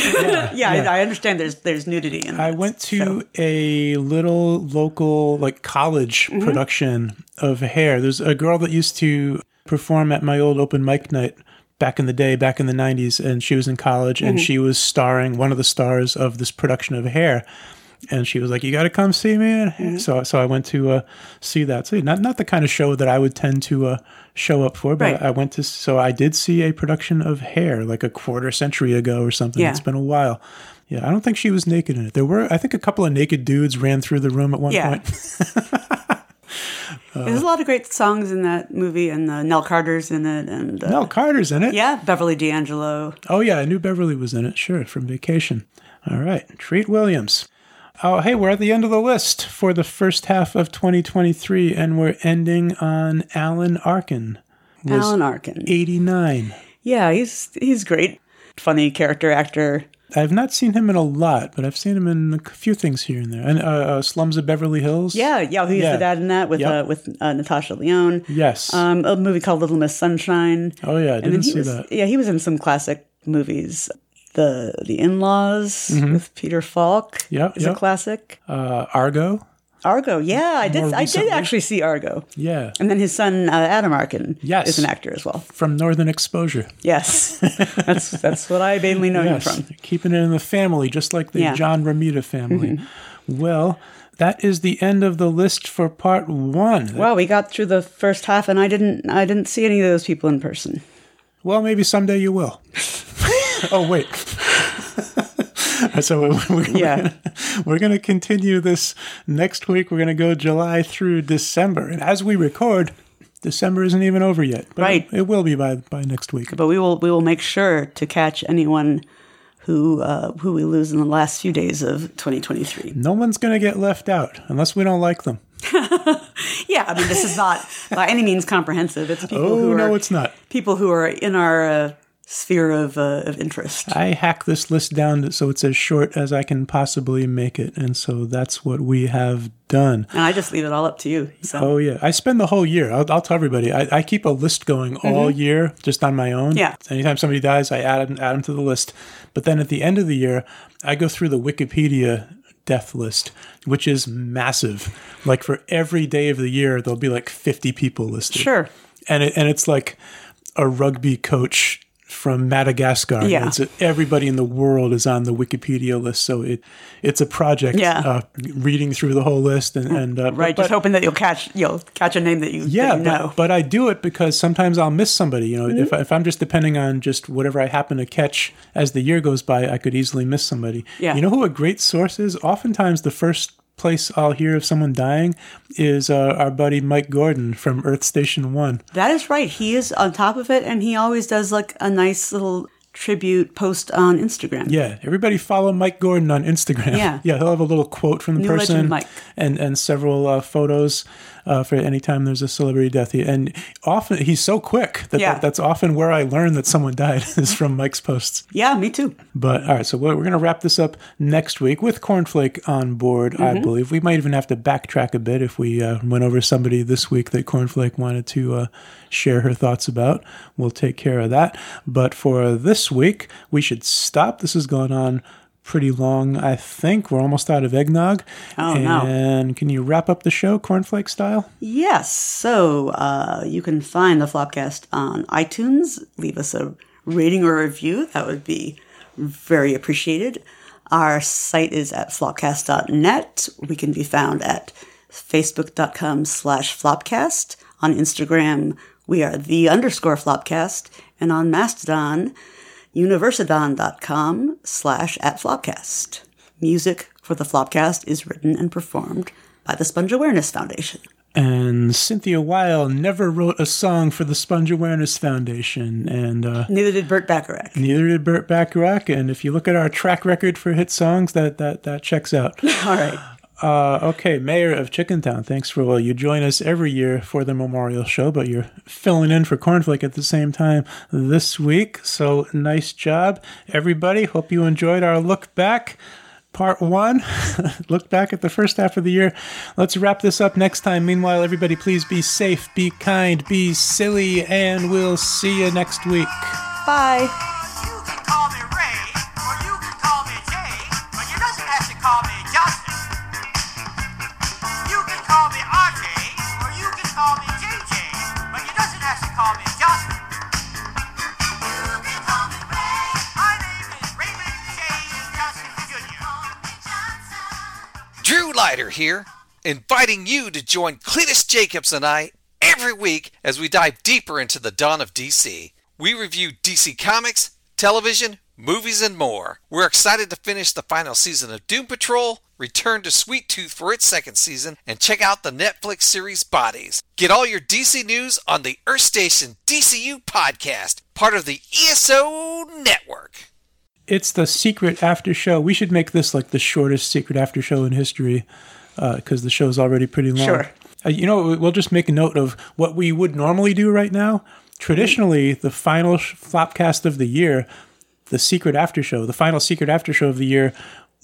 Yeah, I, I understand there's there's nudity in I that, went to so- a little local like college Mm-hmm. production of Hair. There's a girl that used to perform at my old open mic night back in the day, back in the 90s, and she was in college and Mm-hmm. she was starring one of the stars of this production of Hair. And she was like, "You got to come see me." And Mm-hmm. So, so I went to uh, see that. So not not the kind of show that I would tend to uh, show up for, but Right. I went to. So I did see a production of Hair like a quarter century ago or something. Yeah. It's been a while. Yeah, I don't think she was naked in it. There were, I think, a couple of naked dudes ran through the room at one Yeah. point. uh, There's a lot of great songs in that movie, and uh, Nell Carter's in it, and uh, Mel Carter's in it. yeah, Beverly D'Angelo. Oh yeah, I knew Beverly was in it. Sure, from Vacation. All right, Treat Williams. Oh hey, we're at the end of the list for the first half of 2023, and we're ending on Alan Arkin, Alan Arkin. 89. Yeah, he's he's great. Funny character actor. I've not seen him in a lot, but I've seen him in a few things here and there. And uh, uh, Slums of Beverly Hills. Yeah, yeah, he's Yeah. the dad in that with Yep. uh, with uh, Natasha Leone. Yes. Um, a movie called Little Miss Sunshine. oh yeah, I and then didn't he see was that. yeah he was in some classic movies. The The In Laws with Peter Falk. Mm-hmm. Yeah, is yeah. a classic. Uh, Argo. Argo. Yeah, I did. More I did recently. actually see Argo. Yeah. And then his son uh, Adam Arkin Yes. is an actor as well. From Northern Exposure. Yes, that's that's what I mainly know Yes, him from. they're keeping it in the family, just like the Yeah. Mm-hmm. John Ramita family. Well, that is the end of the list for part one. Well, Wow, we got through the first half, and I didn't I didn't see any of those people in person. maybe someday you will. oh, wait. so we're, we're, Yeah. we're going to continue this next week. We're going to go July through December. And as we record, December isn't even over yet. But Right. It, will be by, by next week. But we will we will make sure to catch anyone who uh, who we lose in the last few days of 2023. No one's going to get left out unless we don't like them. Yeah, I mean this is not by any means comprehensive. It's people Oh, who are no, it's not. people who are in our uh, sphere of uh, of interest. I hack this list down so it's as short as I can possibly make it. And so that's what we have done. And I just leave it all up to you. So Oh, yeah. I spend the whole year. I'll, I'll tell everybody. I, I keep a list going all year just on my own. Yeah. Anytime somebody dies, I add them, add them to the list. But then at the end of the year, I go through the Wikipedia death list, which is massive. Like for every day of the year, there'll be like 50 people listed sure. and it, and it's like a rugby coach from Madagascar. Yeah. It's- everybody in the world is on the Wikipedia list, so it it's a project. Yeah. uh, reading through the whole list and and uh, Right, but- just hoping that you'll catch you'll catch a name that you that yeah, but, you know. Mm-hmm. but I do it because sometimes I'll miss somebody. You know, if, if I'm just depending on just whatever I happen to catch as the year goes by, I could easily miss somebody. Yeah. You know who a great source is? Oftentimes, the first place I'll hear of someone dying is uh, our buddy Mike Gordon from Earth Station One. That is right. He is on top of it, and he always does like a nice little tribute post on Instagram. Yeah, everybody follow Mike Gordon on Instagram. Yeah. yeah, he'll have a little quote from the New person, legend Mike. and and several uh, photos uh, for any time there's a celebrity death. He- And often he's so quick that, Yeah. that that's often where I learn that someone died is from Mike's posts. Yeah, me too. But all right, so we're, we're gonna wrap this up next week with Cornflake on board. I Mm-hmm. believe we might even have to backtrack a bit if we uh, went over somebody this week that Cornflake wanted to uh, share her thoughts about. We'll take care of that. But for this week, we should stop. This has gone on pretty long. I think we're almost out of eggnog. Oh, and no. can you wrap up the show, Cornflake style? Yes. So uh, you can find the Flopcast on iTunes. Leave us a rating or review. That would be very appreciated. Our site is at flopcast.net. We can be found at facebook.com slash flopcast. On Instagram, we are the underscore flopcast. And on Mastodon, universidon.com slash at flopcast. Music for the Flopcast is written and performed by the Sponge Awareness Foundation. And Cynthia Weil never wrote a song for the Sponge Awareness Foundation, and uh, Neither did Burt Bacharach. neither did Burt Bacharach. And if you look at our track record for hit songs, that that that checks out. All right. Uh, okay, Mayor of Chickentown, thanks for well, you join us every year for the memorial show, but you're filling in for Cornflake at the same time this week. So nice job, everybody. Hope you enjoyed our look back. Part one, look back at the first half of the year. Let's wrap this up next time. Meanwhile, everybody, please be safe, be kind, be silly, and we'll see you next week. Bye. You can call me Ray, or you can call me Jay, but you doesn't have to call me Justin. You can call me RJ, or you can call me JJ, but you doesn't have to call me Justin. You can call me Ray. My name is Raymond J. Justin Jr. Drew Leiter here, inviting you to join Cletus Jacobs and I every week as we dive deeper into the dawn of DC. We review DC comics, television, movies, and more. We're excited to finish the final season of Doom Patrol, return to Sweet Tooth for its second season, and check out the Netflix series Bodies. Get all your DC news on the Earth Station DCU podcast, part of the ESO network. It's the secret after show. We should make this like the shortest secret after show in history because the show's already pretty long. Sure. Uh, you know, we- we'll just make a note of what we would normally do right now. Traditionally, the final sh- flopcast of the year, the secret after show, the final secret after show of the year,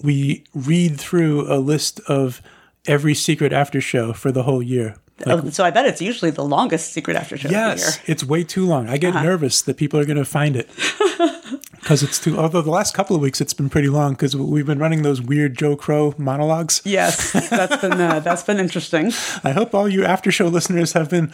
we read through a list of every secret after show for the whole year. Oh, so I bet it's usually the longest secret after show of the year. Uh-huh. Yes, it's way too long. I get nervous that people are going to find it because it's too. Although the last couple of weeks it's been pretty long because we've been running those weird Joe Crow monologues. Yes, that's been uh, that's been interesting. I hope all you after show listeners have been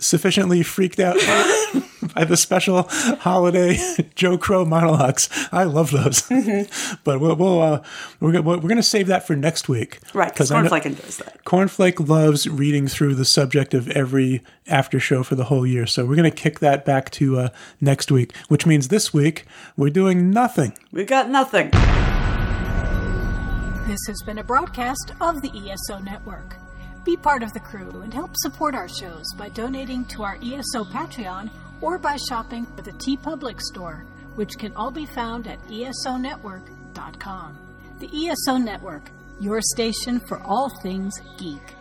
sufficiently freaked out by, by the special holiday Joe Crow monologues. I love those, Mm-hmm. but we'll, we'll uh, we're gonna, we're going to save that for next week. Right, because I know- Cornflake enjoys that. Cornflake loves reading through the subject of every after show for the whole year. So we're going to kick that back to uh, next week, which means this week we're doing nothing. We got nothing. This has been a broadcast of the ESO Network. Be part of the crew and help support our shows by donating to our ESO Patreon or by shopping at the T Public store, which can all be found at E esonetwork.com. The ESO Network, your station for all things geek.